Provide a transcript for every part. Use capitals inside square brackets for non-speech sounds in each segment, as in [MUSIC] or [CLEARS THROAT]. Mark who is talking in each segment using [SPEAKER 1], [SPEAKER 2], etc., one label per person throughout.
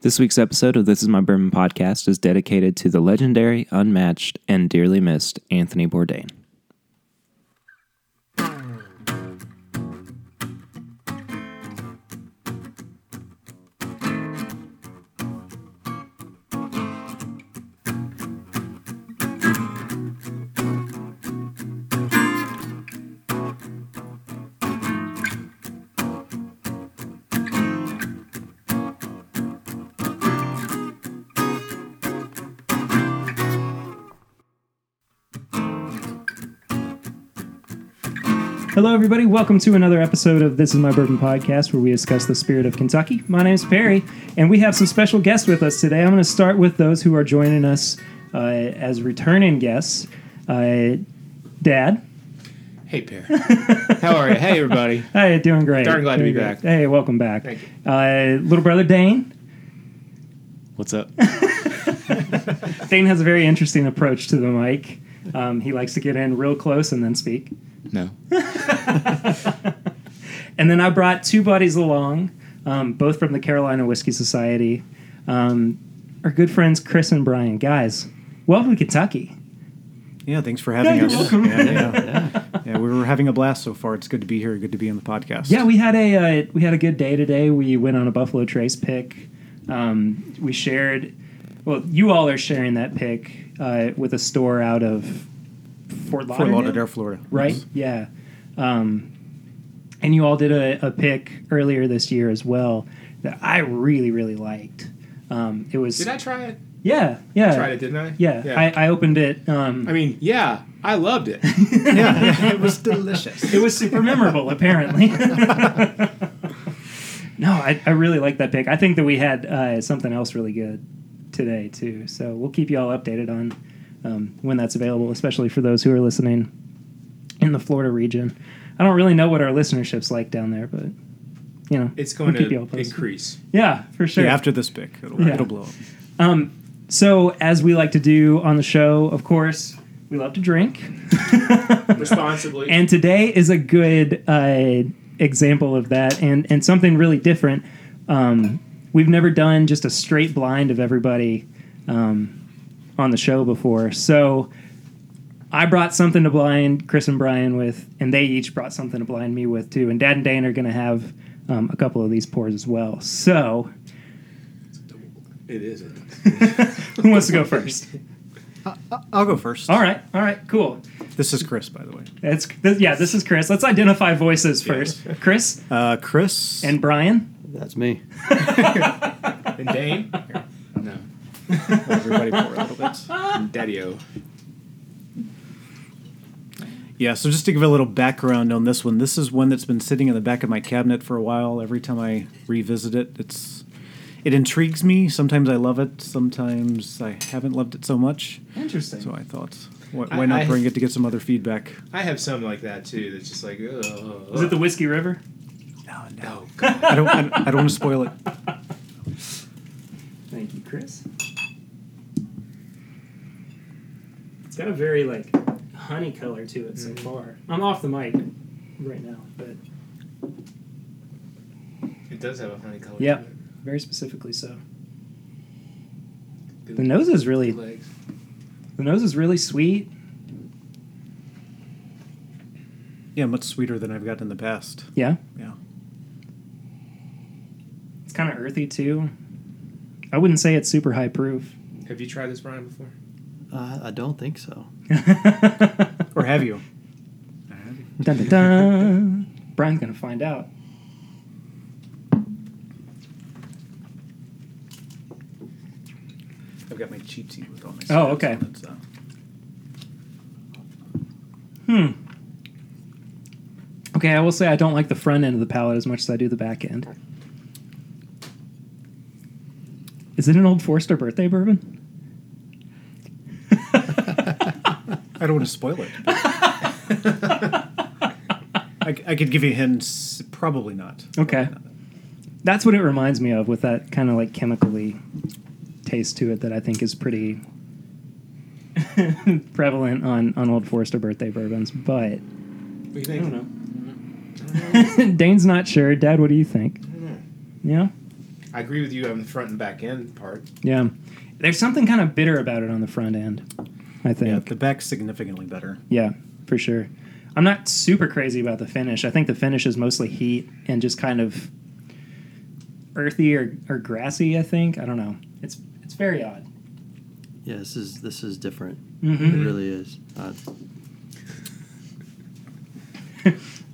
[SPEAKER 1] This week's episode of This Is My Bourbon podcast is dedicated to the legendary, unmatched, and dearly missed Anthony Bourdain. Hello, everybody. Welcome to another episode of This Is My Bourbon podcast, where we discuss the spirit of Kentucky. My name is Perry, and we have some special guests with us today. I'm going to start with those who are joining us uh, as returning guests. Uh, Dad,
[SPEAKER 2] Hey, Pear. How are you? Hey, everybody.
[SPEAKER 1] hey, doing great.
[SPEAKER 2] Darn glad to
[SPEAKER 1] Doing
[SPEAKER 2] be
[SPEAKER 1] great.
[SPEAKER 2] back.
[SPEAKER 1] Hey, welcome back.
[SPEAKER 2] Thank
[SPEAKER 1] Uh, little brother Dane.
[SPEAKER 3] What's up?
[SPEAKER 1] Dane has a very interesting approach to the mic. Um, he likes to get in real close and then speak.
[SPEAKER 3] No.
[SPEAKER 1] And then I brought two buddies along, um, both from the Carolina Whiskey Society, um, our good friends Chris and Brian. Guys, welcome to Kentucky.
[SPEAKER 4] Yeah, thanks for having
[SPEAKER 1] you're
[SPEAKER 4] us.
[SPEAKER 1] welcome.
[SPEAKER 4] Yeah, yeah. Yeah, we were having a blast so far. It's good to be here. Good to be on the podcast.
[SPEAKER 1] Yeah, we had a uh, we had a good day today. We went on a Buffalo Trace pick. Um, we shared. Well, you all are sharing that pick uh, with a store out of Fort Lauderdale.
[SPEAKER 4] Fort Lauderdale, Florida.
[SPEAKER 1] right? Yeah. Um, and you all did a, a pick earlier this year as well that I really, really liked. Um, it was
[SPEAKER 2] Did I try it?
[SPEAKER 1] yeah, yeah,
[SPEAKER 2] I tried it, didn't I?
[SPEAKER 1] Uh, yeah.
[SPEAKER 2] yeah. I,
[SPEAKER 1] I, I opened it. Um,
[SPEAKER 2] mean, yeah, I
[SPEAKER 1] [LAUGHS]
[SPEAKER 2] loved it.
[SPEAKER 4] [LAUGHS] Yeah, it was delicious.
[SPEAKER 1] it was super memorable, apparently. [LAUGHS] no, I, I really like that pick. I think that we had uh, something else really good today too. So we'll keep you all updated on um, when that's available, especially for those who are listening in the Florida region. I don't really know what our listenership's like down there, but you know,
[SPEAKER 2] It's
[SPEAKER 1] we'll
[SPEAKER 2] going
[SPEAKER 1] keep you all
[SPEAKER 2] to
[SPEAKER 1] posted. [LAUGHS]
[SPEAKER 2] increase.
[SPEAKER 1] Yeah, for sure.
[SPEAKER 4] [LAUGHS] Yeah, after this pick, it'll,
[SPEAKER 1] Yeah.
[SPEAKER 4] it'll blow up.
[SPEAKER 1] Um, so, as we like to do on the show, of course, we love to drink.
[SPEAKER 2] Responsibly.
[SPEAKER 1] And today is a good uh, example of that, and and something really different. Um, we've never done just a straight blind of everybody um, on the show before, so I brought something to blind Chris and Brian with, and they each brought something to blind me with too. And Dad and Dane are going to have um, a couple of these pours as well. So, [LAUGHS]
[SPEAKER 2] it isn't.
[SPEAKER 1] who wants to go first?
[SPEAKER 4] I'll go first.
[SPEAKER 1] All right, all right, cool.
[SPEAKER 4] This is Chris, by the way.
[SPEAKER 1] That's th- yeah. This is Chris. Let's identify voices first. Chris
[SPEAKER 4] Uh, Chris
[SPEAKER 1] and Brian.
[SPEAKER 3] That's me.
[SPEAKER 2] And Dane? No.
[SPEAKER 4] everybody for a little bit.
[SPEAKER 2] Daddy O.
[SPEAKER 4] Yeah, so just to give a little background on this one, this is one that's been sitting in the back of my cabinet for a while. Every time I revisit it, it's it intrigues me. Sometimes I love it. Sometimes I haven't loved it so much.
[SPEAKER 1] [LAUGHS] Interesting.
[SPEAKER 4] So I thought, why,
[SPEAKER 2] I-
[SPEAKER 4] why not
[SPEAKER 2] I-
[SPEAKER 4] bring it to get some other feedback?
[SPEAKER 2] I have some like that too that's just like, oh.
[SPEAKER 1] Is it the Whiskey River?
[SPEAKER 4] No,
[SPEAKER 2] Oh, God.
[SPEAKER 4] I don't. I, don't- I don't want to spoil it.
[SPEAKER 1] [LAUGHS] Thank you, Chris. It's got a very like honey color to it so far. I'm off the mic right now, but
[SPEAKER 2] It does have a honey color.
[SPEAKER 1] Yeah.
[SPEAKER 2] to it.
[SPEAKER 1] very specifically so.
[SPEAKER 2] Good
[SPEAKER 1] The nose is really
[SPEAKER 2] legs.
[SPEAKER 1] the nose is really sweet.
[SPEAKER 4] Yeah, much sweeter than I've gotten in the past.
[SPEAKER 1] Yeah.
[SPEAKER 4] Yeah.
[SPEAKER 1] It's kind of earthy too. I wouldn't say it's super high proof. [LAUGHS]
[SPEAKER 2] Have you tried this, Brian, before?
[SPEAKER 3] Uh, I don't think so.
[SPEAKER 1] dun,
[SPEAKER 4] Or have you?
[SPEAKER 1] dun, dun. Brian's gonna find out.
[SPEAKER 4] I've got my cheat sheet with all my.
[SPEAKER 1] Oh,
[SPEAKER 4] stats
[SPEAKER 1] okay.
[SPEAKER 4] on it, so.
[SPEAKER 1] Hmm. Okay, I will say I don't like the front end of the palate as much as I do the back end. Is it an old Forster birthday
[SPEAKER 2] [LAUGHS]
[SPEAKER 1] bourbon?
[SPEAKER 4] I don't want to spoil [LAUGHS] it. I, I could give you hints. Probably not.
[SPEAKER 1] Okay. That's what it reminds me of with that kind of like chemically taste to it that I think is pretty [LAUGHS] prevalent on, on old Forster birthday bourbons. But
[SPEAKER 2] What do you
[SPEAKER 1] [LAUGHS]
[SPEAKER 2] think?
[SPEAKER 1] Dane's not sure. Dad, what do you think?
[SPEAKER 2] I don't know.
[SPEAKER 1] Yeah?
[SPEAKER 2] I agree with you on the front and back end part.
[SPEAKER 5] Yeah. There's something kind of bitter about it on the front end, I think.
[SPEAKER 4] Yeah, the back's significantly better.
[SPEAKER 5] Yeah, for sure. I'm not super crazy about the finish. I think the finish is mostly heat and just kind of earthy or, or grassy, I think. I don't know. It's it's very odd.
[SPEAKER 6] Yeah, this is this is different.
[SPEAKER 5] Mhm.
[SPEAKER 6] It really is. Uh,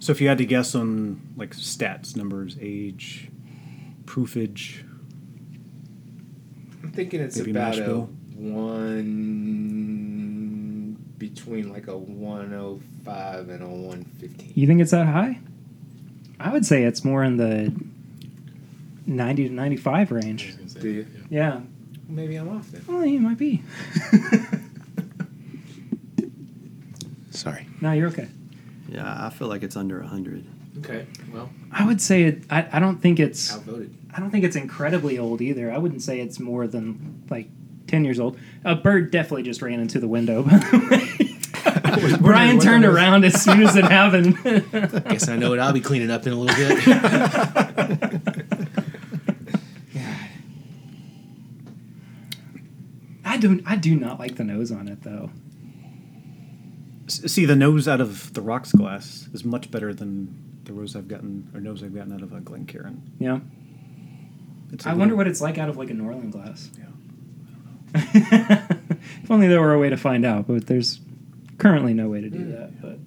[SPEAKER 4] So if you had to guess on like stats, numbers, age, proofage,
[SPEAKER 2] I'm thinking it's
[SPEAKER 4] Maybe
[SPEAKER 2] about a
[SPEAKER 4] Nashville.
[SPEAKER 2] one between like a 105 and a 115.
[SPEAKER 5] You think it's that high? I would say it's more in the 90 to 95 range.
[SPEAKER 2] Do you?
[SPEAKER 5] Yeah.
[SPEAKER 2] Maybe I'm
[SPEAKER 7] [LAUGHS]
[SPEAKER 2] off then.
[SPEAKER 5] Well, you might be.
[SPEAKER 2] Sorry.
[SPEAKER 5] No, you're okay.
[SPEAKER 6] yeah, I feel like it's under hundred.
[SPEAKER 2] Okay. Well,
[SPEAKER 5] I would say it, I, I don't think it's
[SPEAKER 2] outvoted.
[SPEAKER 5] I don't think it's incredibly old either. I wouldn't say it's more than like ten years old. A bird definitely just ran into the window.
[SPEAKER 4] [LAUGHS]
[SPEAKER 5] By the way. Brian turned around as soon as it happened.
[SPEAKER 4] [LAUGHS]
[SPEAKER 7] Guess I know what I'll be cleaning up in a little [LAUGHS] bit.
[SPEAKER 5] I don't. I do not like the nose on it though.
[SPEAKER 4] S- see the nose out of the rocks glass is much better than the rose I've gotten or nose I've gotten out of a Glencairn.
[SPEAKER 5] Yeah.
[SPEAKER 4] It's a
[SPEAKER 5] I wonder
[SPEAKER 4] little-
[SPEAKER 5] what it's like out of like a Norland glass.
[SPEAKER 4] Yeah.
[SPEAKER 5] [LAUGHS] if only there were a way to find out, but there's currently no way to
[SPEAKER 4] Mm.
[SPEAKER 5] do that. But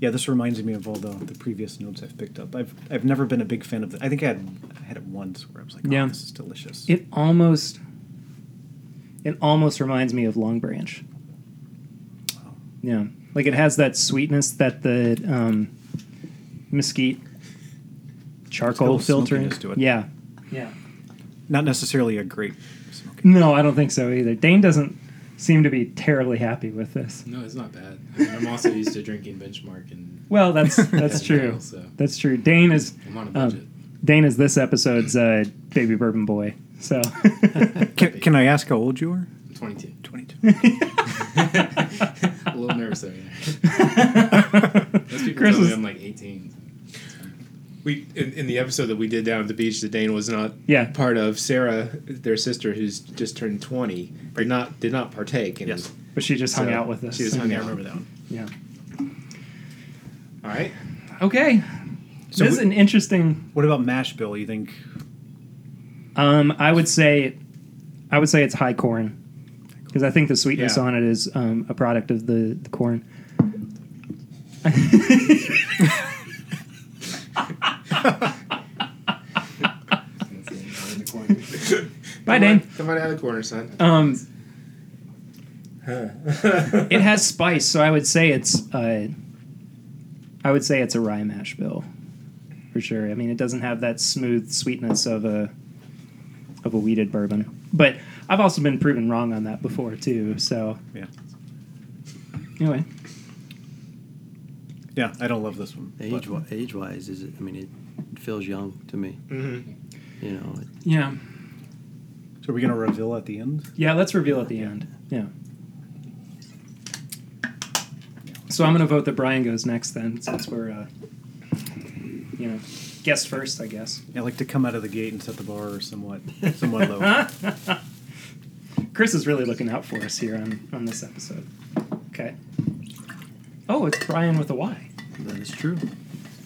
[SPEAKER 4] Yeah, this reminds me of all the, the previous notes I've picked up. I've I've never been a big fan of the I think I had I had it once where I was like, oh,
[SPEAKER 5] Yeah.
[SPEAKER 4] this is delicious.
[SPEAKER 5] it almost, it almost reminds me of Long Branch. Yeah, like it has that sweetness that the um, mesquite charcoal
[SPEAKER 4] There's a little
[SPEAKER 5] filtering.
[SPEAKER 4] smokiness to it.
[SPEAKER 5] Yeah, yeah.
[SPEAKER 4] Not necessarily a great smoking.
[SPEAKER 5] No, I don't think so either. Dane doesn't seem to be terribly happy with this.
[SPEAKER 7] no, it's not bad. I mean, I'm also used to drinking Benchmark, and
[SPEAKER 5] Well,
[SPEAKER 7] [LAUGHS]
[SPEAKER 5] that's that's true.
[SPEAKER 7] So
[SPEAKER 5] That's true. Dane is
[SPEAKER 7] I'm on a
[SPEAKER 5] Um,
[SPEAKER 7] budget.
[SPEAKER 5] Dane is this episode's uh, baby bourbon boy.
[SPEAKER 7] [LAUGHS]
[SPEAKER 5] So
[SPEAKER 4] Can, can I ask how old you are?
[SPEAKER 7] I'm 22. [LAUGHS]
[SPEAKER 4] Twenty [LAUGHS] two.
[SPEAKER 7] A little nervous over there. Most people
[SPEAKER 5] Chris
[SPEAKER 7] tell me
[SPEAKER 5] is-
[SPEAKER 7] I'm like 18.
[SPEAKER 2] We in, in the episode that we did down at the beach that Dane was not
[SPEAKER 5] Yeah.
[SPEAKER 2] part of, Sarah, their sister who's just turned 20, did not did not partake. And
[SPEAKER 4] Yes.
[SPEAKER 5] but she just hung
[SPEAKER 2] So,
[SPEAKER 5] out with us.
[SPEAKER 2] she just hung
[SPEAKER 4] I
[SPEAKER 2] out.
[SPEAKER 4] remember that one.
[SPEAKER 5] Yeah.
[SPEAKER 2] All
[SPEAKER 5] [LAUGHS]
[SPEAKER 2] right.
[SPEAKER 5] Okay.
[SPEAKER 4] So
[SPEAKER 5] this is
[SPEAKER 4] we-
[SPEAKER 5] an interesting.
[SPEAKER 4] What about mash bill? You think
[SPEAKER 5] Um, I would say, I would say it's high corn, because I think the sweetness
[SPEAKER 2] Yeah.
[SPEAKER 5] on it is um, a product of the the corn. [LAUGHS] Bye,
[SPEAKER 2] Come on-
[SPEAKER 5] Dane.
[SPEAKER 2] Come on out of the corner, son.
[SPEAKER 5] Um,
[SPEAKER 2] [LAUGHS]
[SPEAKER 5] it has spice, so I would say it's. Uh, I would say it's a rye mash bill, for sure. I mean, it doesn't have that smooth sweetness of a of a weeded bourbon, but I've also been proven wrong on that before too. So
[SPEAKER 4] Yeah.
[SPEAKER 5] anyway,
[SPEAKER 4] Yeah, I don't love this one. but-
[SPEAKER 6] Age wi- age wise, is it? I mean, it feels young to me.
[SPEAKER 2] Mm-hmm.
[SPEAKER 6] You know, it,
[SPEAKER 5] yeah,
[SPEAKER 4] So are we gonna reveal at the end?
[SPEAKER 5] yeah. Let's reveal at the end. Yeah. So I'm gonna vote that Brian goes next then, since we're, uh, you know, guest first, I guess.
[SPEAKER 4] I like to come out of the gate and set the bar somewhat somewhat
[SPEAKER 5] [LAUGHS]
[SPEAKER 4] low.
[SPEAKER 5] Chris is really looking out for us here on, on this episode. Okay. Oh, it's Brian with a Y.
[SPEAKER 6] that is true.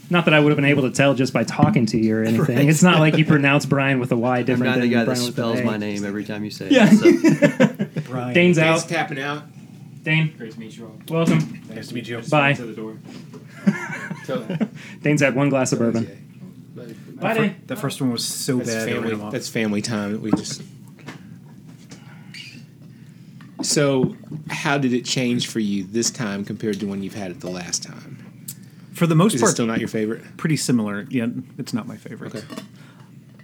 [SPEAKER 5] Not that I would have been able to tell just by talking to you or anything.
[SPEAKER 6] Right.
[SPEAKER 5] It's not like you pronounce Brian with a Y
[SPEAKER 6] I'm
[SPEAKER 5] different
[SPEAKER 6] not the
[SPEAKER 5] than
[SPEAKER 6] guy that
[SPEAKER 5] Brian with
[SPEAKER 6] spells
[SPEAKER 5] an A.
[SPEAKER 6] my name every time you say
[SPEAKER 5] Yeah.
[SPEAKER 6] it. So.
[SPEAKER 4] Brian.
[SPEAKER 5] [LAUGHS] Dane's
[SPEAKER 2] Dane's
[SPEAKER 5] out.
[SPEAKER 2] tapping out.
[SPEAKER 5] Dane,
[SPEAKER 7] Great to meet you all.
[SPEAKER 5] welcome.
[SPEAKER 4] Nice to meet you.
[SPEAKER 5] Bye.
[SPEAKER 7] To
[SPEAKER 2] [LAUGHS]
[SPEAKER 7] the door.
[SPEAKER 2] So-
[SPEAKER 5] Dane's had one glass of bourbon.
[SPEAKER 2] But-
[SPEAKER 5] Bye,
[SPEAKER 4] Fir-
[SPEAKER 5] Dane.
[SPEAKER 4] That first one was so
[SPEAKER 2] That's
[SPEAKER 4] bad. I ran
[SPEAKER 2] family.
[SPEAKER 4] him off.
[SPEAKER 2] That's family time that we just. So, how did it change for you this time compared to when you've had it the last time?
[SPEAKER 4] For the most
[SPEAKER 2] Is it
[SPEAKER 4] part,
[SPEAKER 2] still not your favorite?
[SPEAKER 4] pretty similar. Yeah, it's not my favorite.
[SPEAKER 2] Okay.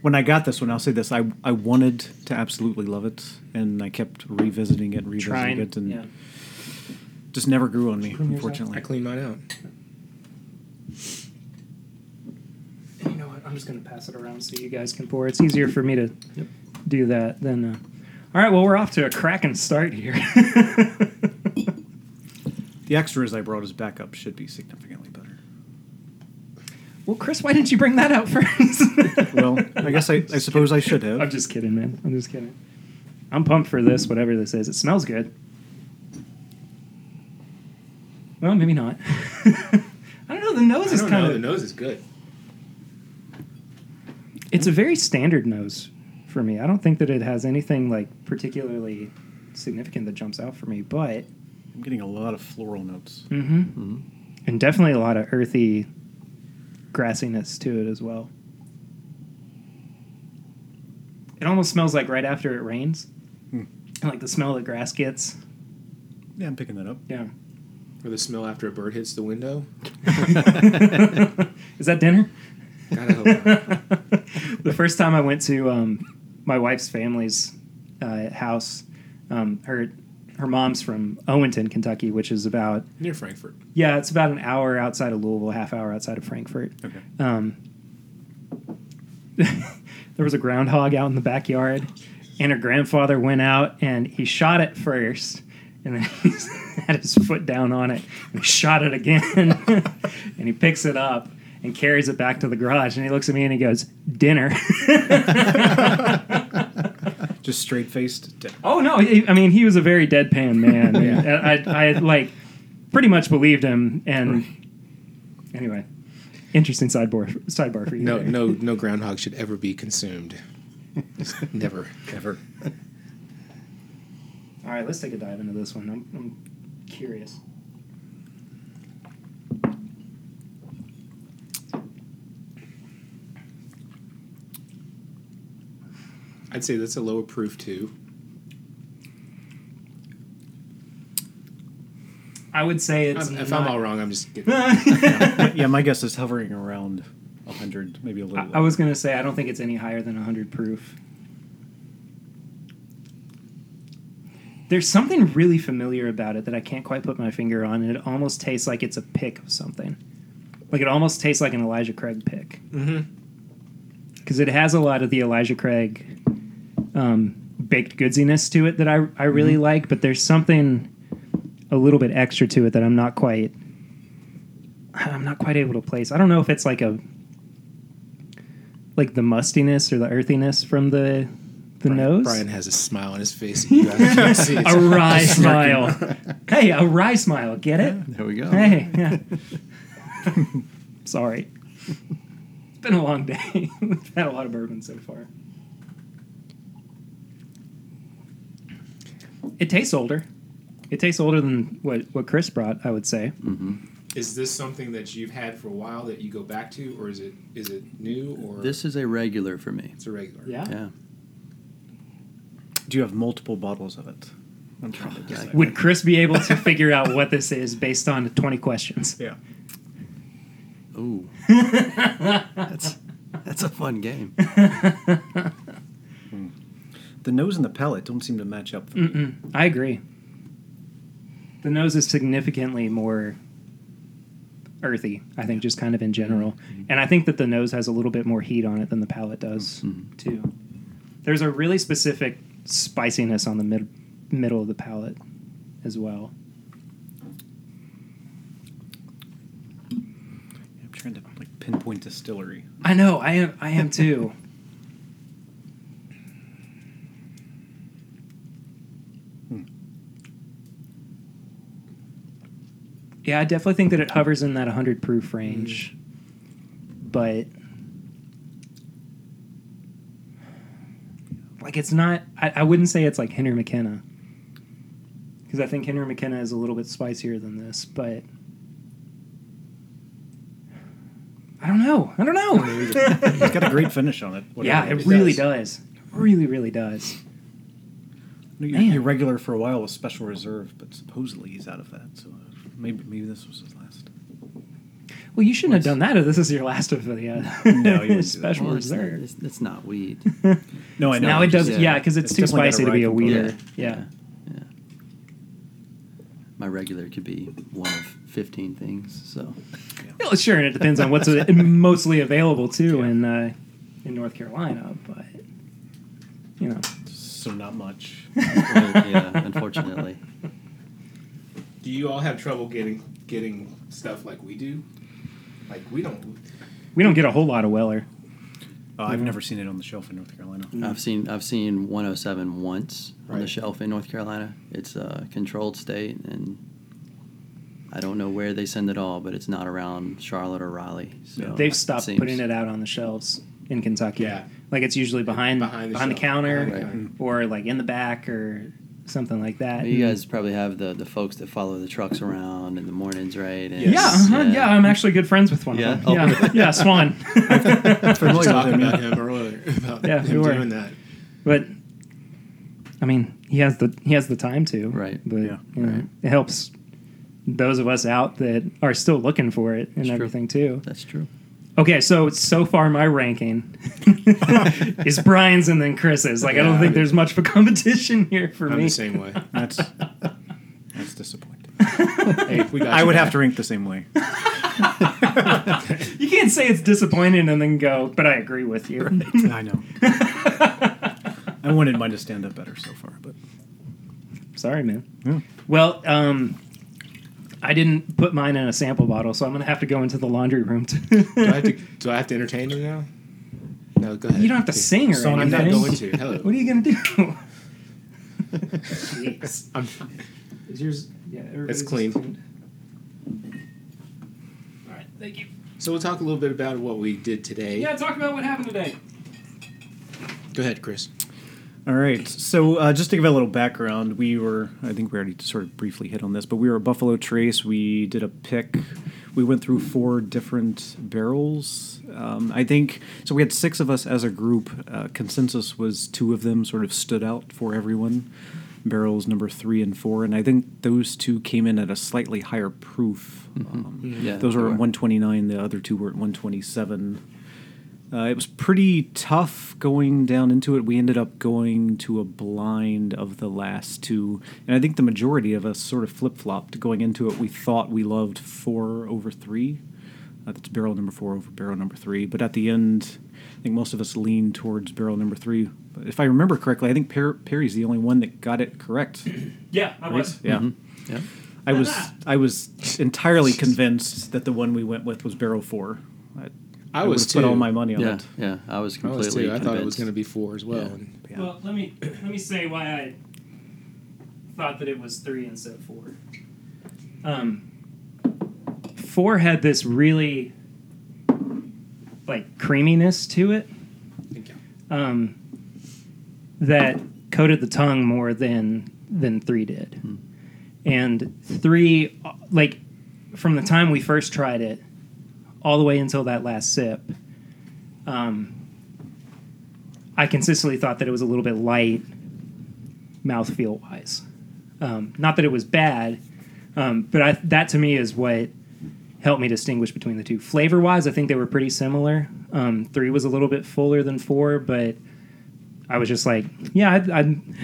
[SPEAKER 4] When I got this one, I'll say this: I I wanted to absolutely love it, and I kept revisiting it, revisiting
[SPEAKER 5] Trying.
[SPEAKER 4] it, and
[SPEAKER 5] Yeah.
[SPEAKER 4] just never grew on me. Unfortunately,
[SPEAKER 2] I cleaned mine out.
[SPEAKER 5] And you know what? I'm just going to pass it around so you guys can pour. It's easier for me to
[SPEAKER 6] Yep.
[SPEAKER 5] do that than. Uh... All right, well, we're off to a cracking start here. [LAUGHS]
[SPEAKER 4] the extras I brought as backup should be significantly better.
[SPEAKER 5] Well, Chris, why didn't you bring that out first?
[SPEAKER 4] [LAUGHS] Well, I guess I, I suppose I should
[SPEAKER 5] I'm
[SPEAKER 4] have.
[SPEAKER 5] just kidding, man. I'm just kidding. I'm pumped for this, whatever this is. It smells good. Well, maybe not. [LAUGHS] I don't know. The nose
[SPEAKER 2] I
[SPEAKER 5] is
[SPEAKER 2] don't know.
[SPEAKER 5] kind
[SPEAKER 2] The
[SPEAKER 5] of.
[SPEAKER 2] nose is good.
[SPEAKER 5] It's a very standard nose for me. I don't think that it has anything like particularly significant that jumps out for me, but
[SPEAKER 4] I'm getting a lot of floral notes.
[SPEAKER 5] mm-hmm. and definitely a lot of earthy grassiness to it as well. It almost smells like right after it rains,
[SPEAKER 4] Hmm.
[SPEAKER 5] And, like the smell that grass gets.
[SPEAKER 4] Yeah, I'm picking that up.
[SPEAKER 5] Yeah.
[SPEAKER 2] Or the smell after a bird hits the window.
[SPEAKER 5] Is that dinner?
[SPEAKER 2] God, I hope not.
[SPEAKER 5] [LAUGHS] the first time I went to um, my wife's family's uh, house, um, her her mom's from Owenton, Kentucky, which is about
[SPEAKER 2] Near Frankfurt.
[SPEAKER 5] yeah, it's about an hour outside of Louisville, half hour outside of Frankfurt.
[SPEAKER 4] Okay.
[SPEAKER 5] Um, there was a groundhog out in the backyard, and her grandfather went out and he shot it first, and then [LAUGHS] he had his foot down on it and he shot it again, [LAUGHS] and he picks it up and carries it back to the garage, and he looks at me and he goes, "Dinner."
[SPEAKER 4] [LAUGHS]
[SPEAKER 5] [LAUGHS]
[SPEAKER 4] Just straight faced.
[SPEAKER 5] Oh no! He, I mean, he was a very deadpan man. and
[SPEAKER 2] Yeah.
[SPEAKER 5] I, I, I like pretty much believed him. And anyway, interesting sidebar sidebar for you.
[SPEAKER 2] No,
[SPEAKER 5] there.
[SPEAKER 2] no, no groundhog should ever be consumed. [LAUGHS] Never.
[SPEAKER 4] Ever.
[SPEAKER 5] All right, let's take a dive into this one. I'm, I'm curious.
[SPEAKER 2] I'd say that's a lower proof too.
[SPEAKER 5] I would say it's
[SPEAKER 2] I'm- if
[SPEAKER 5] not-
[SPEAKER 2] I'm all wrong, I'm [LAUGHS] just getting.
[SPEAKER 5] I,
[SPEAKER 4] [LAUGHS] yeah, my guess is hovering around 100, maybe a little.
[SPEAKER 5] I was gonna say I don't think it's any higher than 100 proof. There's something really familiar about it that I can't quite put my finger on, and it almost tastes like it's a pick of something. Like it almost tastes like an Elijah Craig pick.
[SPEAKER 2] Mm-hmm.
[SPEAKER 5] because it has a lot of the Elijah Craig um, baked goodsiness to it that I I really
[SPEAKER 2] Mm-hmm.
[SPEAKER 5] like, but there's something a little bit extra to it that I'm not quite I'm not quite able to place. I don't know if it's like a like the mustiness or the earthiness from the the nose.
[SPEAKER 2] Brian [LAUGHS] has a smile on his [LAUGHS] face. You guys can't see it.
[SPEAKER 5] A wry smile. hey, a wry smile. Get it?
[SPEAKER 6] There we go.
[SPEAKER 5] [LAUGHS] Hey. Yeah. Sorry. It's been a long day. [LAUGHS] We've had a lot of bourbon so far. It tastes older. It tastes older than what, what Chris brought, I would say.
[SPEAKER 2] [LAUGHS] Is this something that you've had for a while that you go back to, or is it is it new or
[SPEAKER 6] This is a regular for me.
[SPEAKER 2] It's a regular.
[SPEAKER 6] Yeah.
[SPEAKER 4] Do you have multiple bottles of it? I'm trying to
[SPEAKER 5] Oh,
[SPEAKER 6] guess.
[SPEAKER 4] decide.
[SPEAKER 5] Would Chris be able to figure out what this is based on 20 [LAUGHS] questions?
[SPEAKER 4] Yeah.
[SPEAKER 6] Ooh, that's that's a fun
[SPEAKER 5] [LAUGHS]
[SPEAKER 6] game.
[SPEAKER 4] The nose and the palate don't seem to match up. for me.
[SPEAKER 5] Mm-mm. I agree. The nose is significantly more earthy, I think, just kind of in general. And I think that the nose has a little bit more heat on it than the palate does, too. There's a really specific spiciness on the mid- middle of the palate as well.
[SPEAKER 4] I'm trying to like pinpoint distillery.
[SPEAKER 5] I know, I am, I am too. Yeah, I definitely think that it hovers in that 100 proof range. But like it's not I, I wouldn't say it's like Henry McKenna. Cuz I think Henry McKenna is a little bit spicier than this, but I don't know. I don't know. [LAUGHS]
[SPEAKER 4] It's got a great finish on it.
[SPEAKER 5] yeah,
[SPEAKER 4] whatever
[SPEAKER 5] it
[SPEAKER 4] is.
[SPEAKER 5] really does. Really, really does.
[SPEAKER 4] Your,
[SPEAKER 5] Man.
[SPEAKER 4] your regular for a while was special reserve, but supposedly he's out of that. So uh, maybe maybe this was his last.
[SPEAKER 5] Well, you shouldn't have done that if this is your last of the [LAUGHS]
[SPEAKER 4] No,
[SPEAKER 5] uh,
[SPEAKER 4] you wouldn't do that.
[SPEAKER 5] special
[SPEAKER 6] Well, it's, not,
[SPEAKER 5] reserve. [LAUGHS]
[SPEAKER 6] it's, it's not weed.
[SPEAKER 4] No, I know.
[SPEAKER 5] Now
[SPEAKER 6] what
[SPEAKER 5] it
[SPEAKER 6] you're
[SPEAKER 5] does,
[SPEAKER 6] saying.
[SPEAKER 5] yeah, because it's,
[SPEAKER 4] It's
[SPEAKER 5] too
[SPEAKER 4] definitely got a
[SPEAKER 5] spicy to be a
[SPEAKER 4] rye
[SPEAKER 5] weeder.
[SPEAKER 4] component.
[SPEAKER 5] Yeah.
[SPEAKER 6] yeah. My regular could be one of fifteen things. So
[SPEAKER 5] Well, sure, and it depends on what's [LAUGHS] uh, mostly available too in uh, in North Carolina, but you know,
[SPEAKER 4] So not much.
[SPEAKER 6] Well, yeah,
[SPEAKER 5] [LAUGHS]
[SPEAKER 6] unfortunately.
[SPEAKER 2] Do you all have trouble getting getting stuff like we do? Like we don't.
[SPEAKER 5] We don't get a whole lot of Weller.
[SPEAKER 4] Oh, I've never seen it on the shelf in North Carolina.
[SPEAKER 2] Mm.
[SPEAKER 5] Mm.
[SPEAKER 6] I've seen I've seen 107 once on the
[SPEAKER 2] Right.
[SPEAKER 6] shelf in North Carolina. It's a controlled state, and I don't know where they send it all, but it's not around Charlotte or Raleigh. So
[SPEAKER 5] They've stopped
[SPEAKER 6] seems-
[SPEAKER 5] putting it out on the shelves in Kentucky.
[SPEAKER 2] Yeah.
[SPEAKER 5] Like it's usually behind behind
[SPEAKER 2] Behind
[SPEAKER 5] the,
[SPEAKER 2] the shelf.
[SPEAKER 5] counter
[SPEAKER 2] Behind the counter.
[SPEAKER 5] or like in the back or something like that.
[SPEAKER 6] You guys probably have the, the folks that follow the trucks around in the mornings, right? And-
[SPEAKER 5] yeah, uh-huh, yeah, I'm actually good friends with one
[SPEAKER 6] Yeah? Oh.
[SPEAKER 5] of them. Yeah, yeah, Swan.
[SPEAKER 2] I was
[SPEAKER 4] Familiar with
[SPEAKER 2] talking
[SPEAKER 4] him, yeah.
[SPEAKER 2] about him [LAUGHS] earlier about
[SPEAKER 5] Yeah, we
[SPEAKER 2] him
[SPEAKER 5] were.
[SPEAKER 2] doing that.
[SPEAKER 5] but I mean, he has the he has the time to
[SPEAKER 6] Right.
[SPEAKER 5] But
[SPEAKER 4] Yeah.
[SPEAKER 5] you know, it helps those of us out that are still looking for it and
[SPEAKER 6] It's true.
[SPEAKER 5] everything too.
[SPEAKER 6] That's true.
[SPEAKER 5] Okay, so so far my
[SPEAKER 2] [LAUGHS]
[SPEAKER 5] ranking is Brian's and then Chris's. Like I don't
[SPEAKER 2] Yeah.
[SPEAKER 5] think there's much of a competition here for
[SPEAKER 2] I'm
[SPEAKER 5] me.
[SPEAKER 2] the
[SPEAKER 5] [LAUGHS]
[SPEAKER 2] same way.
[SPEAKER 4] [LAUGHS] That's that's disappointing.
[SPEAKER 2] Hey, we got
[SPEAKER 4] I
[SPEAKER 2] you
[SPEAKER 4] would have
[SPEAKER 2] back.
[SPEAKER 4] to rank the
[SPEAKER 2] [LAUGHS]
[SPEAKER 4] same way. [LAUGHS]
[SPEAKER 5] You can't say it's disappointing and then go, but I agree with you.
[SPEAKER 4] I know.
[SPEAKER 5] [LAUGHS]
[SPEAKER 4] I wanted mine to stand up better so far, but
[SPEAKER 5] Sorry, man.
[SPEAKER 4] Yeah.
[SPEAKER 5] Well, um, I didn't put mine in a sample bottle, so I'm gonna have to go into the laundry room.
[SPEAKER 2] Do
[SPEAKER 5] [LAUGHS]
[SPEAKER 2] I have to.
[SPEAKER 5] To
[SPEAKER 2] Do I have to entertain him now? No, go ahead.
[SPEAKER 5] you don't have to sing or
[SPEAKER 4] So
[SPEAKER 5] anything.
[SPEAKER 2] I'm not going to. Hello.
[SPEAKER 5] [LAUGHS] What are you gonna do? Jeez.
[SPEAKER 2] I'm,
[SPEAKER 5] Is yours? Yeah, everybody's
[SPEAKER 2] clean.
[SPEAKER 5] cleaned? All right, thank you.
[SPEAKER 2] so we'll talk a little bit about what we did today.
[SPEAKER 5] Yeah, talk about what happened today.
[SPEAKER 2] Go ahead, Chris.
[SPEAKER 4] All right. So, uh, just to give a little background, we were, I think we already sort of briefly hit on this, but we were at Buffalo Trace. We did a pick. We went through four different barrels. Um, I think, so we had six of us as a group. Uh, consensus was two of them sort of stood out for everyone barrels number three and four. And I think those two came in at a slightly higher proof. Um,
[SPEAKER 6] Mm-hmm. Yeah,
[SPEAKER 4] those
[SPEAKER 6] they
[SPEAKER 4] were at
[SPEAKER 6] were.
[SPEAKER 4] 129, the other two were at 127. Uh, it was pretty tough going down into it. We ended up going to a blind of the last two, and I think the majority of us sort of flip flopped going into it. We thought we loved four over three. Uh, that's barrel number four over barrel number three. But at the end, I think most of us leaned towards barrel number three. But If I remember correctly, I think per- Perry's the only one that got it correct.
[SPEAKER 5] Yeah, I
[SPEAKER 4] Right?
[SPEAKER 5] was.
[SPEAKER 4] Yeah.
[SPEAKER 2] Mm-hmm.
[SPEAKER 6] Yeah.
[SPEAKER 4] I was I was entirely convinced that the one we went with was barrel four. I,
[SPEAKER 2] I
[SPEAKER 4] would
[SPEAKER 2] was
[SPEAKER 4] have put all
[SPEAKER 2] too.
[SPEAKER 4] my money on
[SPEAKER 6] Yeah.
[SPEAKER 4] it.
[SPEAKER 6] Yeah.
[SPEAKER 2] I
[SPEAKER 6] I was
[SPEAKER 2] was
[SPEAKER 6] completely
[SPEAKER 2] too. I
[SPEAKER 6] convinced.
[SPEAKER 2] thought it was going to be four as well.
[SPEAKER 6] Yeah.
[SPEAKER 2] And
[SPEAKER 4] Yeah.
[SPEAKER 5] Well, let me let me say why I thought that it was three instead of four. Um, four had this really like creaminess to it um, that coated the tongue more than than three did, and three uh, like from the time we first tried it all the way until that last sip. Um, I consistently thought that it was a little bit light mouthfeel wise. Um, not that it was bad, um, but I, that to me is what helped me distinguish between the two. Flavor wise, I think they were pretty similar. Um, three was a little bit fuller than four, but I was just like, yeah, I, I'm,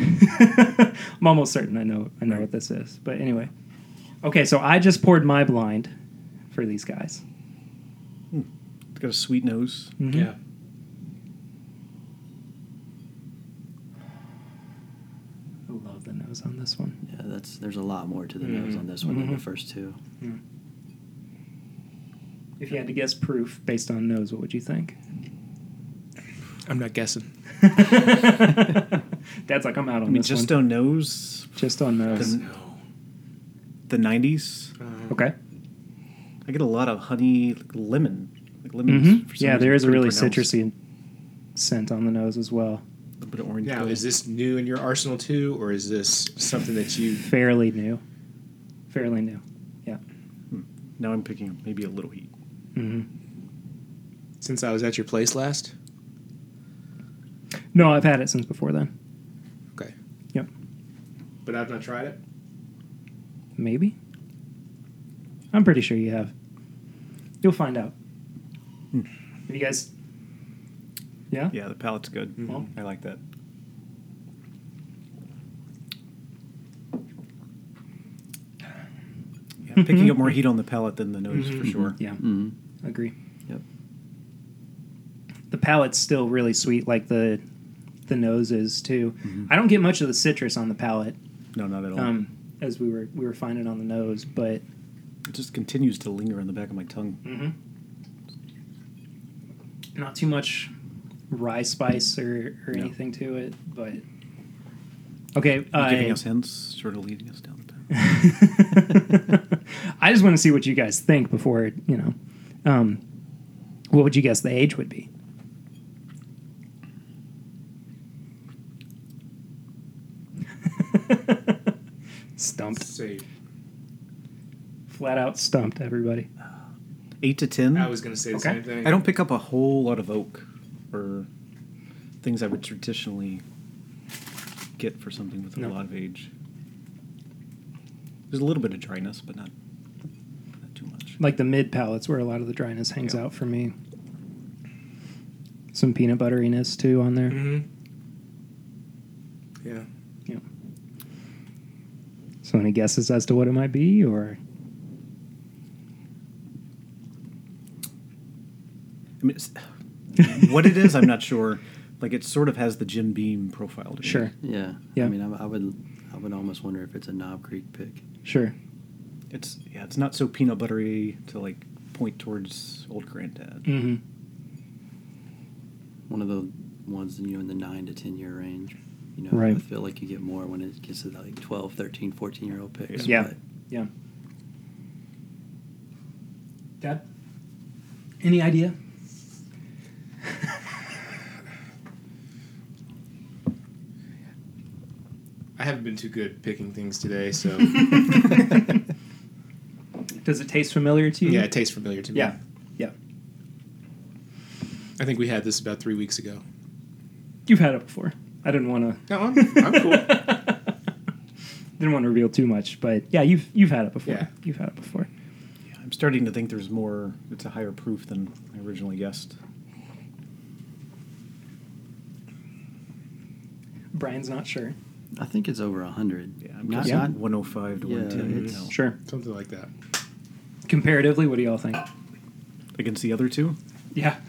[SPEAKER 5] [LAUGHS] I'm almost certain I know I know what this is. But anyway, okay, so I just poured my blind for these guys.
[SPEAKER 4] It's got a sweet nose.
[SPEAKER 5] Mhm.
[SPEAKER 2] yeah,
[SPEAKER 5] I love the nose on this one.
[SPEAKER 6] Yeah. That's there's a lot more to the
[SPEAKER 5] Mm-hmm.
[SPEAKER 6] nose on this one than the first two.
[SPEAKER 5] If you had to guess proof based on nose, what would you think? Mm-hmm.
[SPEAKER 2] I'm not guessing. [LAUGHS]
[SPEAKER 5] Dad's like, I'm out on
[SPEAKER 4] I mean,
[SPEAKER 5] this
[SPEAKER 4] just
[SPEAKER 5] one.
[SPEAKER 4] on nose,
[SPEAKER 5] just on nose.
[SPEAKER 4] the, the 90s.
[SPEAKER 5] [LAUGHS] Okay.
[SPEAKER 4] I get a lot of honey, like lemon. Like lemon
[SPEAKER 5] Mhm. Yeah, there is a really citrusy scent on the nose as well.
[SPEAKER 4] A bit of orange.
[SPEAKER 2] Um, Now,
[SPEAKER 4] color.
[SPEAKER 2] is this new in your arsenal too, or is this something that you?
[SPEAKER 5] Fairly new. Fairly new.
[SPEAKER 4] now I'm picking up maybe a little heat.
[SPEAKER 5] hmm
[SPEAKER 2] Since I was at your place last.
[SPEAKER 5] No, I've had it since before then.
[SPEAKER 2] Okay.
[SPEAKER 5] Yep.
[SPEAKER 2] But I've not tried it.
[SPEAKER 5] Maybe. I'm pretty sure you have. You'll find out.
[SPEAKER 4] Hmm.
[SPEAKER 5] Have you guys? Yeah.
[SPEAKER 4] Yeah, the palate's good.
[SPEAKER 5] Mhm.
[SPEAKER 4] I like that. Yeah,
[SPEAKER 5] Mm-hmm.
[SPEAKER 4] picking up more heat on the palate than the nose for sure.
[SPEAKER 5] Yeah.
[SPEAKER 6] hmm
[SPEAKER 5] Agree.
[SPEAKER 6] Yep.
[SPEAKER 5] The palate's still really sweet, like the the nose is too.
[SPEAKER 4] Mm-hmm.
[SPEAKER 5] I don't get much of the citrus on the palate,
[SPEAKER 4] No, not at all.
[SPEAKER 5] um, as we were we were finding on the nose, but
[SPEAKER 4] it just continues to linger on the back of my tongue.
[SPEAKER 5] much Mm-hmm. not too much rye spice or, or
[SPEAKER 4] No.
[SPEAKER 5] anything to it, but okay.
[SPEAKER 4] You're giving
[SPEAKER 5] I,
[SPEAKER 4] us hints, sort of leading us down the path.
[SPEAKER 5] [LAUGHS] I just want to see what you guys think before you know. Um, what would you guess the age would be? [LAUGHS] stumped,
[SPEAKER 2] Say,
[SPEAKER 5] flat out stumped, everybody.
[SPEAKER 4] Eight to ten.
[SPEAKER 2] I was going to say the
[SPEAKER 5] Okay.
[SPEAKER 2] same thing.
[SPEAKER 4] I don't pick up a whole lot of oak or things I would traditionally get for something with a
[SPEAKER 5] No.
[SPEAKER 4] lot of age. There's a little bit of dryness, but not, not too much.
[SPEAKER 5] Like the mid palates, where a lot of the dryness hangs
[SPEAKER 4] Yeah.
[SPEAKER 5] out for me. Some peanut butteriness too on there.
[SPEAKER 2] hmm Yeah.
[SPEAKER 5] So any guesses as to what it might
[SPEAKER 2] [LAUGHS]
[SPEAKER 5] be, or
[SPEAKER 4] I mean, it's, what it is, I'm not [LAUGHS] sure. Like it sort of has the Jim Beam profile. To me.
[SPEAKER 5] [LAUGHS] sure,
[SPEAKER 6] Yeah.
[SPEAKER 5] Yeah.
[SPEAKER 6] I mean, I, I would, I would almost wonder if it's a Knob Creek pick.
[SPEAKER 5] sure,
[SPEAKER 4] It's yeah. It's not so peanut buttery to like point towards old granddad.
[SPEAKER 5] mm-hmm.
[SPEAKER 6] One of the ones you know in the nine to ten year range. You know, I
[SPEAKER 5] Right.
[SPEAKER 6] feel like you get more when it gets to like 12, 13, 14 year old picks.
[SPEAKER 5] Yeah.
[SPEAKER 6] but-
[SPEAKER 5] yeah. Dad, any idea?
[SPEAKER 2] I haven't been too good at picking things today, so
[SPEAKER 5] [LAUGHS] [LAUGHS] Does it taste familiar to you?
[SPEAKER 2] Mm-hmm. yeah, it tastes familiar to me.
[SPEAKER 5] yeah, yeah.
[SPEAKER 2] I think we had this about three weeks ago.
[SPEAKER 5] You've had it before. I didn't want to.
[SPEAKER 2] No, I'm, [LAUGHS] I'm cool.
[SPEAKER 5] [LAUGHS] Didn't want to reveal too much, but yeah, you've you've had it before.
[SPEAKER 2] Yeah.
[SPEAKER 5] You've had it before.
[SPEAKER 4] Yeah, I'm starting to think there's more. It's a higher proof than I originally guessed.
[SPEAKER 5] Brian's not sure.
[SPEAKER 6] I think it's over hundred.
[SPEAKER 4] Yeah, I'm
[SPEAKER 6] not,
[SPEAKER 4] guessing
[SPEAKER 5] not-
[SPEAKER 4] 105 to
[SPEAKER 6] Yeah,
[SPEAKER 4] 110.
[SPEAKER 6] it's-
[SPEAKER 4] now.
[SPEAKER 5] Sure.
[SPEAKER 2] Something like that.
[SPEAKER 5] Comparatively, what do y'all think?
[SPEAKER 4] Against the other two?
[SPEAKER 5] Yeah. [LAUGHS]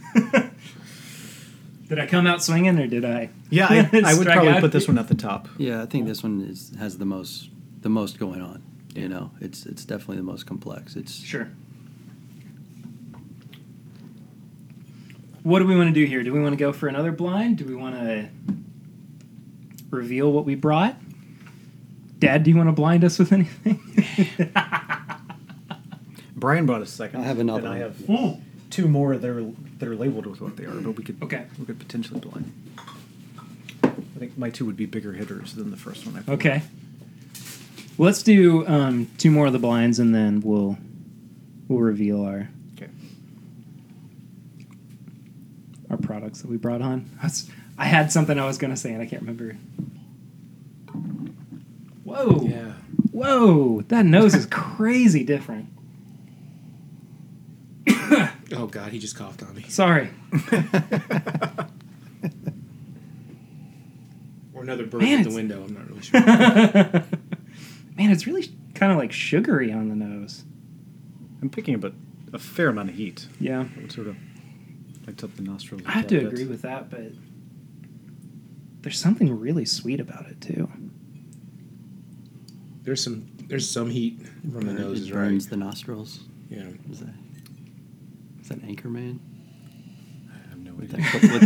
[SPEAKER 5] did I come out swinging or did I?
[SPEAKER 4] Yeah, I,
[SPEAKER 5] [LAUGHS]
[SPEAKER 4] I would
[SPEAKER 5] Strike
[SPEAKER 4] probably
[SPEAKER 5] out?
[SPEAKER 4] put this one at the top.
[SPEAKER 6] Yeah, I think this one is has the most the most going on. You know, it's it's definitely the most complex. It's
[SPEAKER 5] Sure. What do we want to do here? Do we want to go for another blind? Do we want to reveal what we brought? Dad, do you want to blind us with anything?
[SPEAKER 4] Brian brought a second.
[SPEAKER 6] I have another
[SPEAKER 4] And I
[SPEAKER 6] one.
[SPEAKER 4] have two more that are that are labeled with what they are, but we could
[SPEAKER 5] Okay.
[SPEAKER 4] we could potentially blind. I think my two would be bigger hitters than the first one. I
[SPEAKER 5] [LAUGHS]
[SPEAKER 4] pulled.
[SPEAKER 5] Okay. Let's do um, two more of the blinds, and then we'll we'll reveal our
[SPEAKER 4] Okay.
[SPEAKER 5] our products that we brought on. That's, I had something I was going to say, and I can't remember. Whoa!
[SPEAKER 2] Yeah.
[SPEAKER 5] Whoa! That nose is [LAUGHS] crazy different.
[SPEAKER 2] Oh God, he just coughed on me.
[SPEAKER 5] Sorry. [LAUGHS]
[SPEAKER 2] Or another bird
[SPEAKER 5] Man,
[SPEAKER 2] at the
[SPEAKER 5] it's-
[SPEAKER 2] window. I'm not really sure. [LAUGHS]
[SPEAKER 5] Man, it's really kind of like sugary on the nose.
[SPEAKER 4] I'm picking up a, a fair amount of heat.
[SPEAKER 5] Yeah,
[SPEAKER 4] That would sort of lights up the nostrils.
[SPEAKER 5] I have to agree with that, but there's something really sweet about it too.
[SPEAKER 2] There's some there's some heat from the
[SPEAKER 6] burn-
[SPEAKER 2] nose,
[SPEAKER 6] it
[SPEAKER 2] is right?
[SPEAKER 6] burns the nostrils.
[SPEAKER 2] Yeah.
[SPEAKER 6] Is that is that Anchorman
[SPEAKER 4] I have no
[SPEAKER 6] with
[SPEAKER 4] idea.
[SPEAKER 6] that, co- with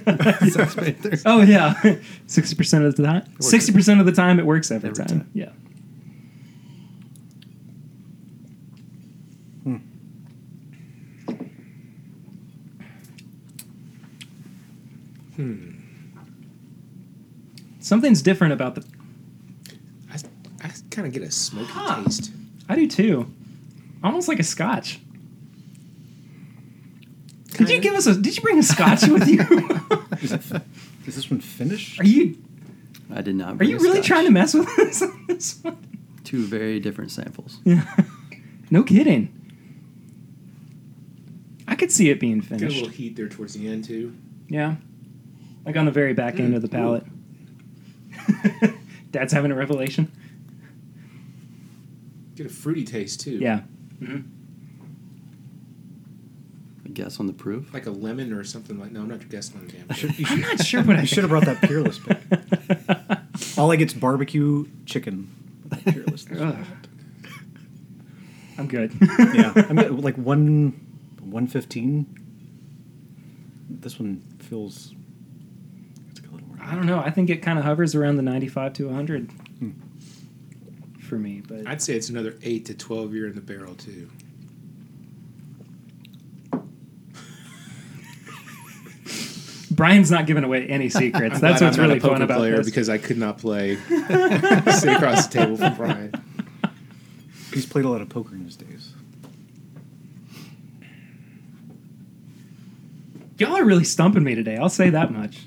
[SPEAKER 6] that
[SPEAKER 5] [LAUGHS]
[SPEAKER 6] cologne? Sex Panther.
[SPEAKER 5] Oh yeah, [LAUGHS] sixty percent of the time.
[SPEAKER 6] works
[SPEAKER 5] Sixty percent of the time, it works every,
[SPEAKER 6] Every
[SPEAKER 5] time.
[SPEAKER 6] time.
[SPEAKER 5] Yeah.
[SPEAKER 4] Hmm.
[SPEAKER 2] Hmm.
[SPEAKER 5] Something's different about the.
[SPEAKER 2] I, I kind of get a smoky
[SPEAKER 5] Huh.
[SPEAKER 2] taste.
[SPEAKER 5] I do too. Almost like a scotch. Did you
[SPEAKER 2] Kinda.
[SPEAKER 5] give us a? Did you bring a scotch with you?
[SPEAKER 4] [LAUGHS]
[SPEAKER 5] [LAUGHS]
[SPEAKER 4] Is, it- is this one Finnish?
[SPEAKER 5] are you
[SPEAKER 6] I did not.
[SPEAKER 5] are
[SPEAKER 6] bring
[SPEAKER 5] you
[SPEAKER 6] a
[SPEAKER 5] really
[SPEAKER 6] scotch.
[SPEAKER 5] trying to mess with [LAUGHS] us on this one?
[SPEAKER 6] Two very different samples.
[SPEAKER 5] Yeah. No kidding. I could see it being
[SPEAKER 2] Got a
[SPEAKER 5] finished.
[SPEAKER 2] little heat there towards the end too.
[SPEAKER 5] Yeah. Like on the very back end of the palate. Dad's having a revelation.
[SPEAKER 2] Get a fruity taste too.
[SPEAKER 5] Yeah.
[SPEAKER 6] A guess on the proof.
[SPEAKER 2] Like a lemon or something like. No, I'm not guessing on the damn. thing.
[SPEAKER 4] Should- you
[SPEAKER 5] I'm
[SPEAKER 4] should-
[SPEAKER 5] not sure what I
[SPEAKER 4] you should have brought that peerless pick. All I get's barbecue
[SPEAKER 5] [LAUGHS]
[SPEAKER 4] chicken. Peerless.
[SPEAKER 5] [LAUGHS] Ugh. I'm good.
[SPEAKER 4] [LAUGHS]
[SPEAKER 5] [LAUGHS]
[SPEAKER 4] yeah, I'm at like one, one fifteen. this one feels. It's a little more.
[SPEAKER 5] I don't know. I think it kind of hovers around the 95 to 100 for me.
[SPEAKER 2] [LAUGHS]
[SPEAKER 5] But
[SPEAKER 2] I'd say it's another eight to twelve year in the barrel too.
[SPEAKER 5] Brian's not giving away any secrets.
[SPEAKER 2] I'm
[SPEAKER 5] That's
[SPEAKER 2] glad
[SPEAKER 5] what's
[SPEAKER 2] I'm not
[SPEAKER 5] really
[SPEAKER 2] a poker
[SPEAKER 5] fun about
[SPEAKER 2] player
[SPEAKER 5] this.
[SPEAKER 2] because I could not [LAUGHS] play sitting across the table from Brian.
[SPEAKER 4] He's played a lot of poker in his days.
[SPEAKER 5] Y'all are really stumping me today. I'll say that much.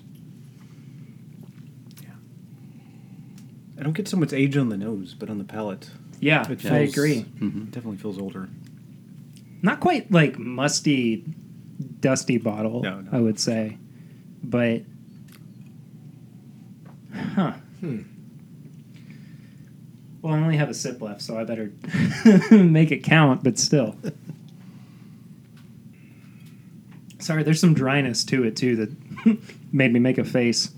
[SPEAKER 4] I don't get so much age on the nose, but on the palate,
[SPEAKER 5] Yeah,
[SPEAKER 4] It
[SPEAKER 5] I
[SPEAKER 4] feels-
[SPEAKER 5] agree.
[SPEAKER 6] Mm-hmm.
[SPEAKER 4] it definitely feels older.
[SPEAKER 5] Not quite like musty, dusty bottle.
[SPEAKER 4] No, no.
[SPEAKER 5] I would say, but huh.
[SPEAKER 4] Hmm.
[SPEAKER 5] Well, I only have a sip left, so I better [LAUGHS] make it count. But
[SPEAKER 4] [LAUGHS]
[SPEAKER 5] still, sorry. There's some dryness to it too that [LAUGHS] made me make a face.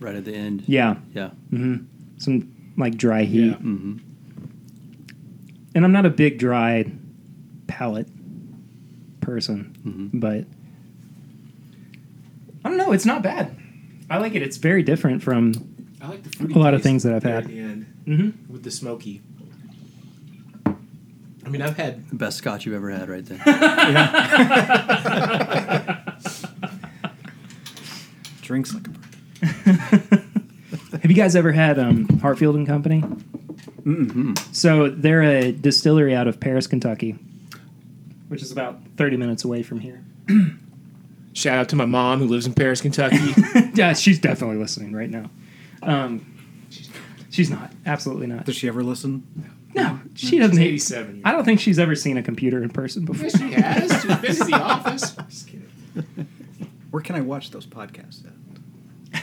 [SPEAKER 6] Right at the end.
[SPEAKER 5] Yeah.
[SPEAKER 6] Yeah.
[SPEAKER 5] Mm-hmm. Some like dry heat.
[SPEAKER 2] Yeah.
[SPEAKER 6] hmm
[SPEAKER 5] And I'm not a big dry palate person,
[SPEAKER 6] Mhm.
[SPEAKER 5] but I don't know. It's not bad. I like it. It's very different from. [LAUGHS]
[SPEAKER 2] I like the fruity
[SPEAKER 5] A lot of
[SPEAKER 2] taste
[SPEAKER 5] things that I've
[SPEAKER 2] there
[SPEAKER 5] had.
[SPEAKER 2] at the end
[SPEAKER 5] Mm-hmm.
[SPEAKER 2] with the smoky. I mean, I've had
[SPEAKER 6] The best scotch you've ever had, right there.
[SPEAKER 4] Drinks like a bird.
[SPEAKER 5] Have you guys ever had um, Hartfield and Company? Mm-hmm. So they're a distillery out of Paris, Kentucky, which is about 30 minutes away from here.
[SPEAKER 2] shout out to my mom who lives in Paris, [LAUGHS] Kentucky.
[SPEAKER 5] yeah, she's definitely listening right now. Um, she's not. Absolutely not.
[SPEAKER 4] Does she ever listen?
[SPEAKER 5] No, she doesn't.
[SPEAKER 2] She's 87 years
[SPEAKER 5] I don't think she's ever seen a computer in person before.
[SPEAKER 2] Yes, she has. She's been to the office. [LAUGHS] Just kidding.
[SPEAKER 4] Where can I watch those podcasts at?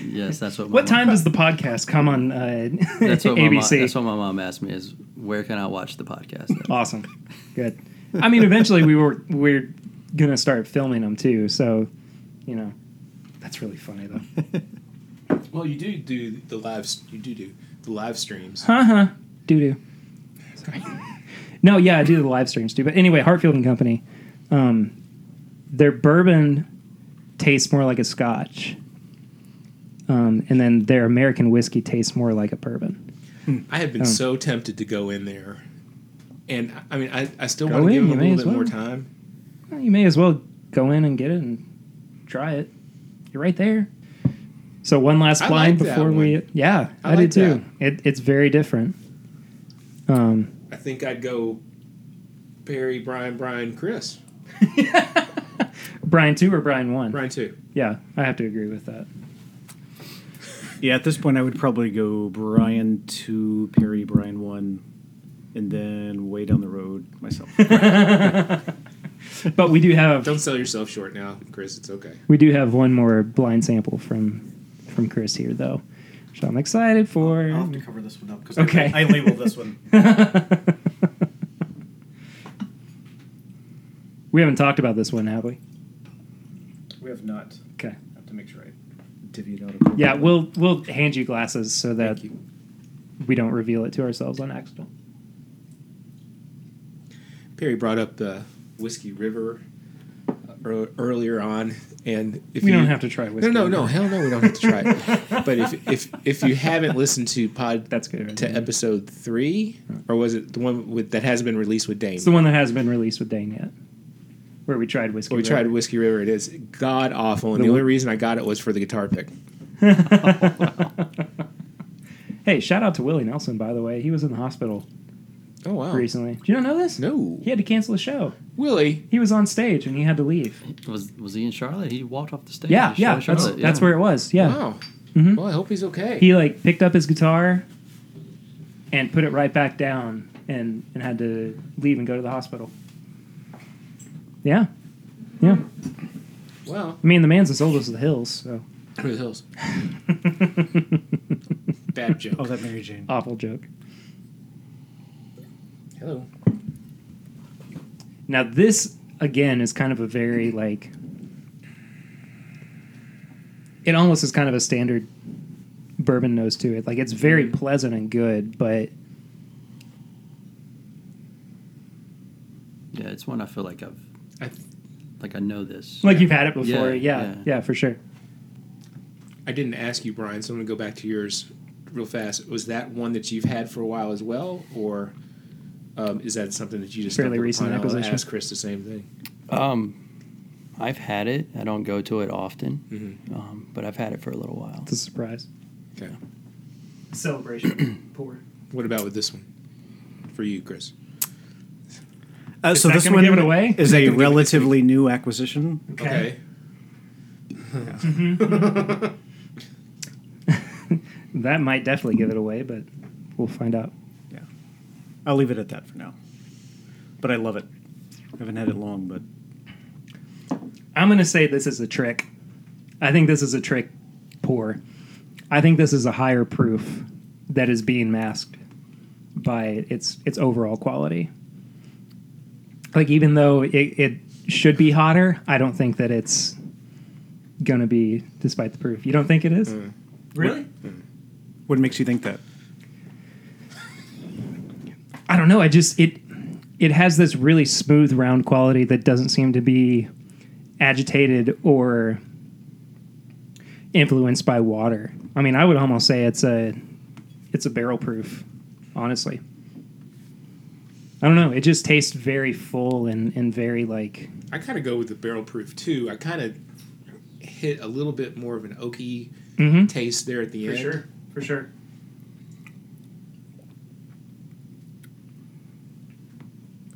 [SPEAKER 6] yes, that's what. My
[SPEAKER 5] What
[SPEAKER 6] mom-
[SPEAKER 5] time does the podcast come on uh,
[SPEAKER 6] That's what my mom,
[SPEAKER 5] ABC?
[SPEAKER 6] that's what my mom asked me is where can I watch the
[SPEAKER 5] [LAUGHS]
[SPEAKER 6] podcast? at?
[SPEAKER 5] awesome, good. I mean, eventually we were we're gonna start filming them too, so you know that's really funny though.
[SPEAKER 2] Well, you do do the live. You do do the live streams.
[SPEAKER 5] Uh
[SPEAKER 6] Uh-huh.
[SPEAKER 5] huh. Doo doo. Sorry. no, yeah, I do the live streams too. But anyway, Hartfield and Company, um, their bourbon tastes more like a Scotch, um, and then their American whiskey tastes more like a bourbon.
[SPEAKER 2] I have been
[SPEAKER 5] Oh.
[SPEAKER 2] so tempted to go in there, and I- I mean, I, I still
[SPEAKER 5] Go
[SPEAKER 2] want to
[SPEAKER 5] in,
[SPEAKER 2] give
[SPEAKER 5] you
[SPEAKER 2] them a
[SPEAKER 5] may
[SPEAKER 2] little
[SPEAKER 5] as
[SPEAKER 2] bit more
[SPEAKER 5] well.
[SPEAKER 2] time.
[SPEAKER 5] Well, you may as well go in and get it and try it. You're right there. So one last
[SPEAKER 2] I
[SPEAKER 5] blind
[SPEAKER 2] like that
[SPEAKER 5] before we.
[SPEAKER 2] one.
[SPEAKER 5] Yeah, I,
[SPEAKER 2] I like
[SPEAKER 5] did too. It, it's very different. Um,
[SPEAKER 2] I think I'd go Barry, Brian, Brian, Chris,
[SPEAKER 5] Brian two or Brian one?
[SPEAKER 2] Brian too.
[SPEAKER 5] Yeah, I have to agree
[SPEAKER 2] [LAUGHS]
[SPEAKER 5] with that.
[SPEAKER 4] Yeah, at this point, I would probably go Brian two, Perry Brian one, and then way down the road [LAUGHS] myself.
[SPEAKER 5] But we do have
[SPEAKER 2] Don't sell yourself short now, Chris. It's okay.
[SPEAKER 5] we do have one more blind sample from from Chris here though, which I'm excited for.
[SPEAKER 7] I'll have to cover this one up because
[SPEAKER 5] Okay.
[SPEAKER 7] I, I labeled this one.
[SPEAKER 5] [LAUGHS]
[SPEAKER 4] [LAUGHS]
[SPEAKER 5] we haven't talked about this one, have we?
[SPEAKER 7] We have not.
[SPEAKER 5] Okay.
[SPEAKER 7] I have to make sure I.
[SPEAKER 4] Divvied out appropriately.
[SPEAKER 5] Yeah, we'll we'll hand you glasses so that
[SPEAKER 2] Thank you.
[SPEAKER 5] we don't reveal it to ourselves on accident.
[SPEAKER 2] Perry brought up the Whiskey River uh, ear- earlier on, and if
[SPEAKER 5] We
[SPEAKER 2] you,
[SPEAKER 5] don't have to try whiskey.
[SPEAKER 2] No, no, no, hell no, we don't have to try
[SPEAKER 5] [LAUGHS]
[SPEAKER 2] it. but if if if you haven't listened to Pod
[SPEAKER 5] That's good.
[SPEAKER 2] to episode three, or was it the one with, that hasn't been released with Dane?
[SPEAKER 5] It's the one that hasn't been released with Dane yet, where we tried whiskey.
[SPEAKER 2] Well, we tried
[SPEAKER 5] River.
[SPEAKER 2] Whiskey River. It is god awful, and
[SPEAKER 5] The
[SPEAKER 2] the, only
[SPEAKER 5] one-
[SPEAKER 2] reason I got it was for the guitar pick.
[SPEAKER 5] [LAUGHS] hey, shout out to Willie Nelson by the way. He was in the hospital
[SPEAKER 2] Oh wow!
[SPEAKER 5] recently. Did you not know this?
[SPEAKER 2] No,
[SPEAKER 5] He had to cancel the show.
[SPEAKER 2] Willie.
[SPEAKER 5] He was on stage and he had to leave.
[SPEAKER 6] Was was he in Charlotte? He walked off the stage.
[SPEAKER 5] Yeah,
[SPEAKER 6] to show
[SPEAKER 5] yeah, that's,
[SPEAKER 6] Charlotte,
[SPEAKER 5] that's where it was. Yeah.
[SPEAKER 2] Wow.
[SPEAKER 5] Mhm.
[SPEAKER 2] Well, I hope he's okay.
[SPEAKER 5] He like picked up his guitar and put it right back down and and had to leave and go to the hospital. Yeah. Yeah.
[SPEAKER 2] well,
[SPEAKER 5] I mean, the man's as old as the hills, so
[SPEAKER 2] who the hills? Bad joke.
[SPEAKER 4] Oh, that Mary Jane.
[SPEAKER 5] awful joke.
[SPEAKER 2] Hello.
[SPEAKER 5] Now this again is kind of a very like it almost is kind of a standard bourbon nose to it. Like it's very pleasant and good, but
[SPEAKER 6] Yeah, it's one I feel like I've
[SPEAKER 2] I th-
[SPEAKER 6] like I know this.
[SPEAKER 5] Like you've had it before.
[SPEAKER 6] Yeah,
[SPEAKER 5] Yeah. Yeah,
[SPEAKER 6] yeah.
[SPEAKER 5] for sure.
[SPEAKER 2] I didn't ask you, Brian, so I'm going to go back to yours real fast. Was that one that you've had for a while as well, or um, is that something that you just
[SPEAKER 5] Fairly
[SPEAKER 2] stumbled
[SPEAKER 5] recent
[SPEAKER 2] upon? I'll
[SPEAKER 5] acquisition.
[SPEAKER 2] Ask Chris the same thing.
[SPEAKER 6] Um, I've had it. I don't go to it often,
[SPEAKER 5] Mm-hmm.
[SPEAKER 6] um, but I've had it for a little while.
[SPEAKER 5] It's a surprise.
[SPEAKER 2] Okay.
[SPEAKER 5] Celebration. Poor.
[SPEAKER 2] What about with this one for you, Chris?
[SPEAKER 4] Uh,
[SPEAKER 5] Is
[SPEAKER 4] so
[SPEAKER 5] that
[SPEAKER 4] this
[SPEAKER 5] gonna
[SPEAKER 4] one
[SPEAKER 5] give it away?
[SPEAKER 4] is
[SPEAKER 5] [LAUGHS]
[SPEAKER 4] a relatively new acquisition.
[SPEAKER 5] Okay. That might definitely give it away, but we'll find out.
[SPEAKER 4] Yeah, I'll leave it at that for now. But I love it. I haven't had it long, but
[SPEAKER 5] I'm going to say this is a trick. I think this is a trick poor. I think this is a higher proof that is being masked by its its overall quality. Like even though it, it should be hotter, I don't think that it's gonna be despite the proof. You don't think it is? Really?
[SPEAKER 4] what makes you think that?
[SPEAKER 5] I don't know. I just it it has this really smooth round quality that doesn't seem to be agitated or influenced by water. I mean, I would almost say it's a it's a barrel proof, honestly. I don't know. It just tastes very full and and very like
[SPEAKER 2] I kind of go with the barrel proof too. I kind of hit a little bit more of an oaky
[SPEAKER 5] Mhm.
[SPEAKER 2] taste there at the end.
[SPEAKER 5] for sure.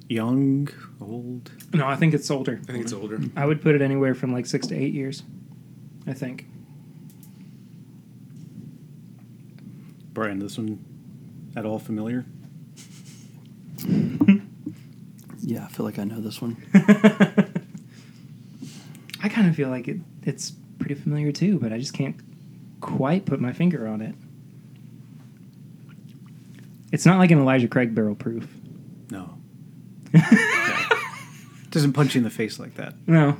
[SPEAKER 4] Young, old.
[SPEAKER 5] No, I think it's older.
[SPEAKER 2] I think it's
[SPEAKER 5] [LAUGHS]
[SPEAKER 2] older.
[SPEAKER 5] I would put it anywhere from like six to eight years. I think.
[SPEAKER 4] Brian, this one at all familiar?
[SPEAKER 6] Yeah, I feel like I know this one.
[SPEAKER 5] I kind of feel like it, it's pretty familiar too, but I just can't quite put my finger on it. It's not like an Elijah Craig barrel proof.
[SPEAKER 4] No.
[SPEAKER 5] [LAUGHS]
[SPEAKER 4] It doesn't punch you in the face like that.
[SPEAKER 5] No.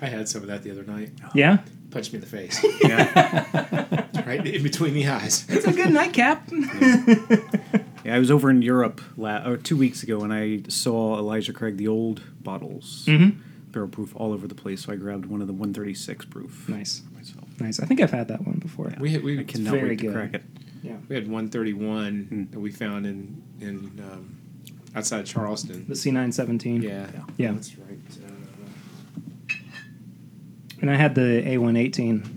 [SPEAKER 2] I had some of that the other night.
[SPEAKER 5] Yeah?
[SPEAKER 2] Punched me in the
[SPEAKER 5] [LAUGHS]
[SPEAKER 2] face,
[SPEAKER 4] Yeah.
[SPEAKER 2] right in between the eyes.
[SPEAKER 5] It's a good [LAUGHS] nightcap. Mm-hmm.
[SPEAKER 4] yeah I was over in Europe la- or two weeks ago and I saw Elijah Craig, the old
[SPEAKER 5] Mm.
[SPEAKER 4] bottles, barrel proof all over the place. So I grabbed one of the 136 proof
[SPEAKER 5] nice.
[SPEAKER 4] myself.
[SPEAKER 5] Nice. I think I've had that one before.
[SPEAKER 2] We had, we,
[SPEAKER 4] I cannot
[SPEAKER 5] very
[SPEAKER 4] wait to
[SPEAKER 5] good.
[SPEAKER 4] crack it.
[SPEAKER 5] Yeah.
[SPEAKER 2] we had 131
[SPEAKER 5] Hmm.
[SPEAKER 2] that we found in in um, outside Charleston.
[SPEAKER 5] The C917.
[SPEAKER 2] Yeah,
[SPEAKER 5] Yeah. Oh,
[SPEAKER 2] that's right. Uh,
[SPEAKER 5] And I had the A118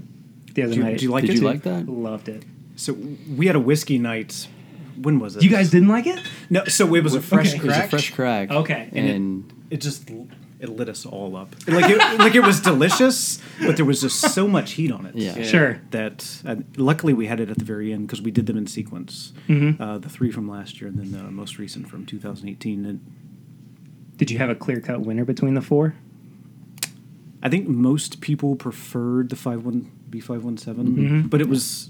[SPEAKER 5] the other
[SPEAKER 4] Do you-
[SPEAKER 5] night.
[SPEAKER 4] do you like
[SPEAKER 6] Did
[SPEAKER 4] it?
[SPEAKER 6] you
[SPEAKER 4] too?
[SPEAKER 6] like that?
[SPEAKER 5] Loved it.
[SPEAKER 4] So we had a whiskey night. When was it?
[SPEAKER 5] You guys didn't like it?
[SPEAKER 4] No, so it was a fresh
[SPEAKER 5] Okay.
[SPEAKER 6] It was a
[SPEAKER 4] crack.
[SPEAKER 6] fresh crack.
[SPEAKER 5] Okay.
[SPEAKER 6] and,
[SPEAKER 5] And
[SPEAKER 4] it- it just l- it lit us all up. Like it, like it was delicious, but there was just so much heat on it.
[SPEAKER 6] Yeah. Yeah.
[SPEAKER 5] Sure.
[SPEAKER 4] That uh, luckily we had it at the very end because we did them in sequence. Uh, the three from last year and then the most recent from 2018. And
[SPEAKER 5] Did you have a clear cut winner between the four?
[SPEAKER 4] I think most people preferred the five one B five one
[SPEAKER 5] Mm-hmm.
[SPEAKER 4] seven, but it was.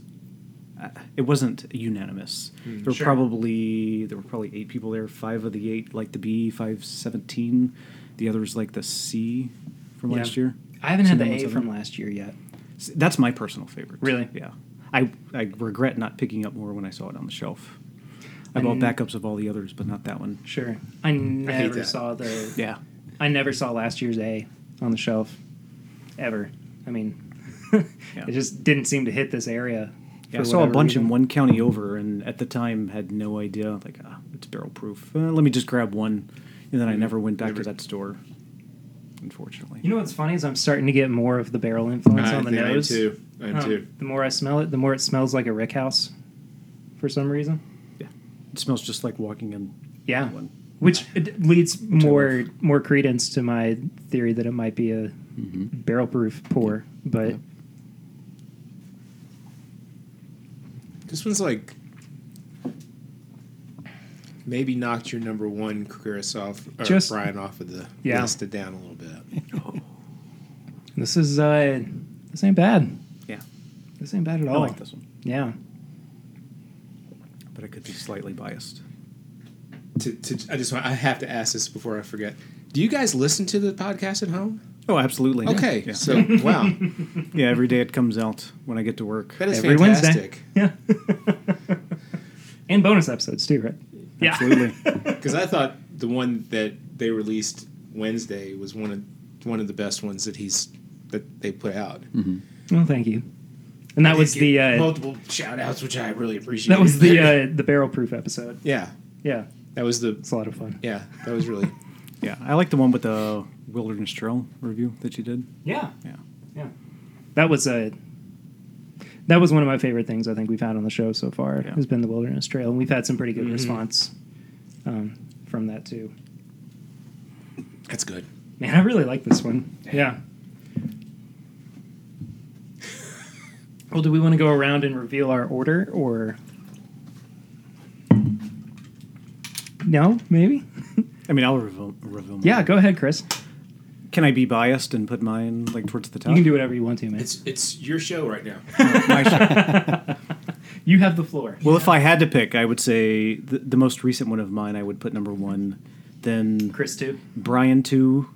[SPEAKER 4] uh, It wasn't unanimous. there were
[SPEAKER 5] Sure.
[SPEAKER 4] probably there were probably eight people there. Five of the eight like the B five seventeen, the others like the C from
[SPEAKER 5] Yeah.
[SPEAKER 4] last year.
[SPEAKER 5] I haven't had the A
[SPEAKER 4] C917.
[SPEAKER 5] from last year yet.
[SPEAKER 4] S- That's my personal favorite.
[SPEAKER 5] Really?
[SPEAKER 4] Yeah. I, I regret not picking up more when I saw it on the shelf. I bought
[SPEAKER 5] Mm.
[SPEAKER 4] backups of all the others, but not that one.
[SPEAKER 5] Sure. I never
[SPEAKER 2] that.
[SPEAKER 5] saw the
[SPEAKER 4] Yeah.
[SPEAKER 5] I never saw last year's A on the shelf ever. I mean, [LAUGHS]
[SPEAKER 4] Yeah.
[SPEAKER 5] it just didn't seem to hit this area.
[SPEAKER 4] yeah I
[SPEAKER 5] for
[SPEAKER 4] saw a
[SPEAKER 5] whatever
[SPEAKER 4] bunch
[SPEAKER 5] reason.
[SPEAKER 4] in one county over, and at the time had no idea. Like, ah, it's barrel proof. Uh, let me just grab one, and then I Mm-hmm. never went back to that store. Unfortunately.
[SPEAKER 5] You know what's funny is I'm starting to get more of the barrel influence
[SPEAKER 2] Uh, I
[SPEAKER 5] on the
[SPEAKER 2] think
[SPEAKER 5] nose.
[SPEAKER 2] I am too. I am
[SPEAKER 5] Um,
[SPEAKER 2] too.
[SPEAKER 5] The more I smell it, the more it smells like a rick house, for some reason.
[SPEAKER 4] yeah. It smells just like walking in.
[SPEAKER 5] Yeah,
[SPEAKER 4] One.
[SPEAKER 5] which it leads more more credence to my theory that it might be a
[SPEAKER 2] Mm-hmm.
[SPEAKER 5] barrel proof pour. But
[SPEAKER 2] This one's like maybe knocked your number one Chris off or
[SPEAKER 5] Just-
[SPEAKER 2] Brian off of the
[SPEAKER 5] Yeah.
[SPEAKER 2] list it down a little bit.
[SPEAKER 5] this is uh, this ain't bad.
[SPEAKER 4] Yeah.
[SPEAKER 5] This ain't bad at
[SPEAKER 4] I
[SPEAKER 5] all.
[SPEAKER 4] like this one,
[SPEAKER 5] Yeah.
[SPEAKER 4] but I could be slightly biased.
[SPEAKER 2] To, to, I just want, I have to ask this before I forget. Do you guys listen to the podcast at home?
[SPEAKER 4] Oh, absolutely. yeah.
[SPEAKER 2] Okay,
[SPEAKER 4] Yeah.
[SPEAKER 5] [LAUGHS]
[SPEAKER 2] so wow,
[SPEAKER 4] yeah, every day it comes out when I get to work.
[SPEAKER 2] that is
[SPEAKER 5] Every Wednesday.
[SPEAKER 2] fantastic.
[SPEAKER 5] Yeah. and bonus episodes too, right?
[SPEAKER 4] Absolutely.
[SPEAKER 5] [LAUGHS]
[SPEAKER 2] Because I thought the one that they released Wednesday was one of one of the best ones that he's that they put out.
[SPEAKER 6] Mm-hmm.
[SPEAKER 5] Well, thank you. And that
[SPEAKER 2] I
[SPEAKER 5] was
[SPEAKER 2] did
[SPEAKER 5] the
[SPEAKER 2] get
[SPEAKER 5] uh,
[SPEAKER 2] multiple shout outs, which I really appreciate.
[SPEAKER 5] that was the uh, the barrel proof episode.
[SPEAKER 2] [LAUGHS] yeah.
[SPEAKER 5] Yeah,
[SPEAKER 2] That was the
[SPEAKER 5] it's a lot of fun.
[SPEAKER 2] yeah. That was really
[SPEAKER 4] Yeah, I like the one with the Wilderness Trail review that you did.
[SPEAKER 5] Yeah,
[SPEAKER 4] Yeah.
[SPEAKER 5] yeah. That was a that was one of my favorite things I think we've had on the show so far.
[SPEAKER 4] Yeah.
[SPEAKER 5] Has been the Wilderness Trail, and we've had some pretty good response um, from that too.
[SPEAKER 2] that's good.
[SPEAKER 5] Man, I really like this one. Yeah. well, do we want to go around and reveal our order, or no? Maybe.
[SPEAKER 4] I mean, I'll reveal. reveal mine.
[SPEAKER 5] Yeah, go ahead, Chris.
[SPEAKER 4] Can I be biased and put mine like towards the top?
[SPEAKER 5] You can do whatever you want to, man.
[SPEAKER 2] It's it's your show right now.
[SPEAKER 4] My show.
[SPEAKER 5] [LAUGHS] You have the floor.
[SPEAKER 4] Well, if I had to pick, I would say the, the most recent one of mine. I would put number one, then
[SPEAKER 5] Chris too.
[SPEAKER 4] Brian two,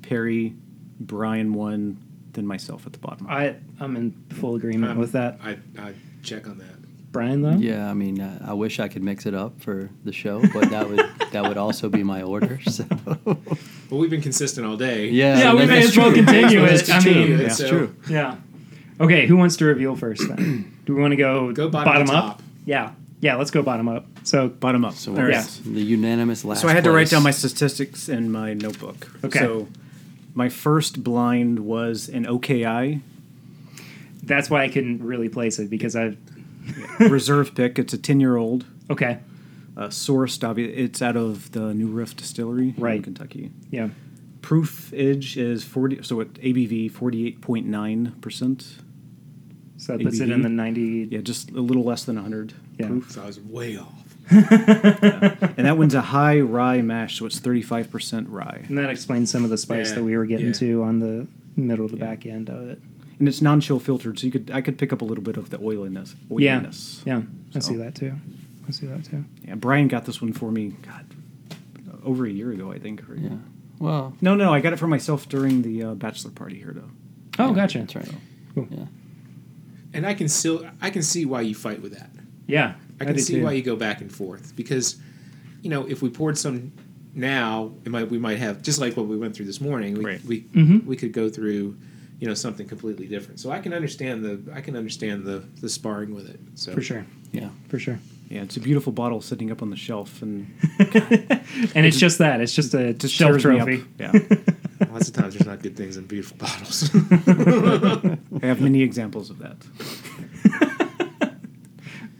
[SPEAKER 4] Perry, Brian one, then myself at the bottom.
[SPEAKER 5] I I'm in full agreement with that.
[SPEAKER 2] I I check on that.
[SPEAKER 5] Brian though.
[SPEAKER 6] Yeah, I mean, uh, I wish I could mix it up for the show, but that would that would also be my order. [LAUGHS] So
[SPEAKER 2] Well, we've been consistent all day.
[SPEAKER 6] yeah,
[SPEAKER 5] Yeah, we
[SPEAKER 6] that-
[SPEAKER 5] may
[SPEAKER 6] that's
[SPEAKER 5] as well
[SPEAKER 6] true.
[SPEAKER 5] continue
[SPEAKER 2] Let's
[SPEAKER 5] it. I
[SPEAKER 2] continue
[SPEAKER 5] mean,
[SPEAKER 2] it,
[SPEAKER 4] yeah,
[SPEAKER 2] so-
[SPEAKER 4] it's true.
[SPEAKER 5] yeah. Okay, who wants to reveal first then? Do we want to go,
[SPEAKER 2] Go bottom, to
[SPEAKER 5] up?
[SPEAKER 2] top.
[SPEAKER 5] Yeah. Yeah, let's go bottom up. So
[SPEAKER 4] Bottom up.
[SPEAKER 6] So
[SPEAKER 4] All right.
[SPEAKER 5] yeah.
[SPEAKER 6] it's the unanimous last.
[SPEAKER 4] So I had to write
[SPEAKER 6] place.
[SPEAKER 4] down my statistics in my notebook.
[SPEAKER 5] Okay.
[SPEAKER 4] So my first blind was an OKI
[SPEAKER 5] that's why I couldn't really place it because I
[SPEAKER 4] [LAUGHS] reserve pick. It's a ten-year-old
[SPEAKER 5] okay.
[SPEAKER 4] uh, sourced. obvi- It's out of the New Riff Distillery in
[SPEAKER 5] Right.
[SPEAKER 4] Kentucky.
[SPEAKER 5] Yeah.
[SPEAKER 4] Proof Edge is forty. So at ABV forty-eight point nine percent.
[SPEAKER 5] So that puts it in the 90
[SPEAKER 4] Yeah, just a little less than hundred.
[SPEAKER 5] Yeah. [LAUGHS]
[SPEAKER 4] Proof.
[SPEAKER 2] So I was way off.
[SPEAKER 4] [LAUGHS] and that one's a high rye mash, so it's thirty-five percent rye,
[SPEAKER 5] and that explains some of the spice
[SPEAKER 2] Yeah,
[SPEAKER 5] that we were getting
[SPEAKER 2] yeah.
[SPEAKER 5] to on the middle to back end of it.
[SPEAKER 4] and it's non-chill filtered. So you could I could pick up a little bit of the oiliness.
[SPEAKER 5] Yeah.
[SPEAKER 4] oiliness.
[SPEAKER 5] Yeah. I
[SPEAKER 4] So-
[SPEAKER 5] see that too. I see that too.
[SPEAKER 4] Yeah, Brian got this one for me. God, over a year ago, I think. or-
[SPEAKER 6] Yeah. Well,
[SPEAKER 4] No, no, I got it for myself during the uh, bachelor party here, though.
[SPEAKER 5] Oh,
[SPEAKER 6] yeah,
[SPEAKER 5] gotcha.
[SPEAKER 6] That's right.
[SPEAKER 5] Cool.
[SPEAKER 6] Yeah.
[SPEAKER 2] And I can still I can see why you fight with that.
[SPEAKER 5] Yeah.
[SPEAKER 2] I can
[SPEAKER 5] do
[SPEAKER 2] see
[SPEAKER 5] too.
[SPEAKER 2] why you go back and forth because, you know, if we poured some now, it might we might have just like what we went through this morning. We
[SPEAKER 4] Right.
[SPEAKER 2] we,
[SPEAKER 5] Mhm.
[SPEAKER 2] we could go through, you know, something completely different. So I can understand the I can understand the the sparring with it. So
[SPEAKER 5] for sure.
[SPEAKER 6] Yeah.
[SPEAKER 5] For sure.
[SPEAKER 4] Yeah, it's a beautiful bottle sitting up on the shelf, and
[SPEAKER 5] And it's just that. It's just a
[SPEAKER 4] it just
[SPEAKER 5] shelf
[SPEAKER 4] cheers me up.
[SPEAKER 5] trophy.
[SPEAKER 4] Yeah,
[SPEAKER 2] lots of times there's not good things in beautiful bottles.
[SPEAKER 4] I have
[SPEAKER 5] [LAUGHS]
[SPEAKER 4] many examples of that.
[SPEAKER 5] [LAUGHS]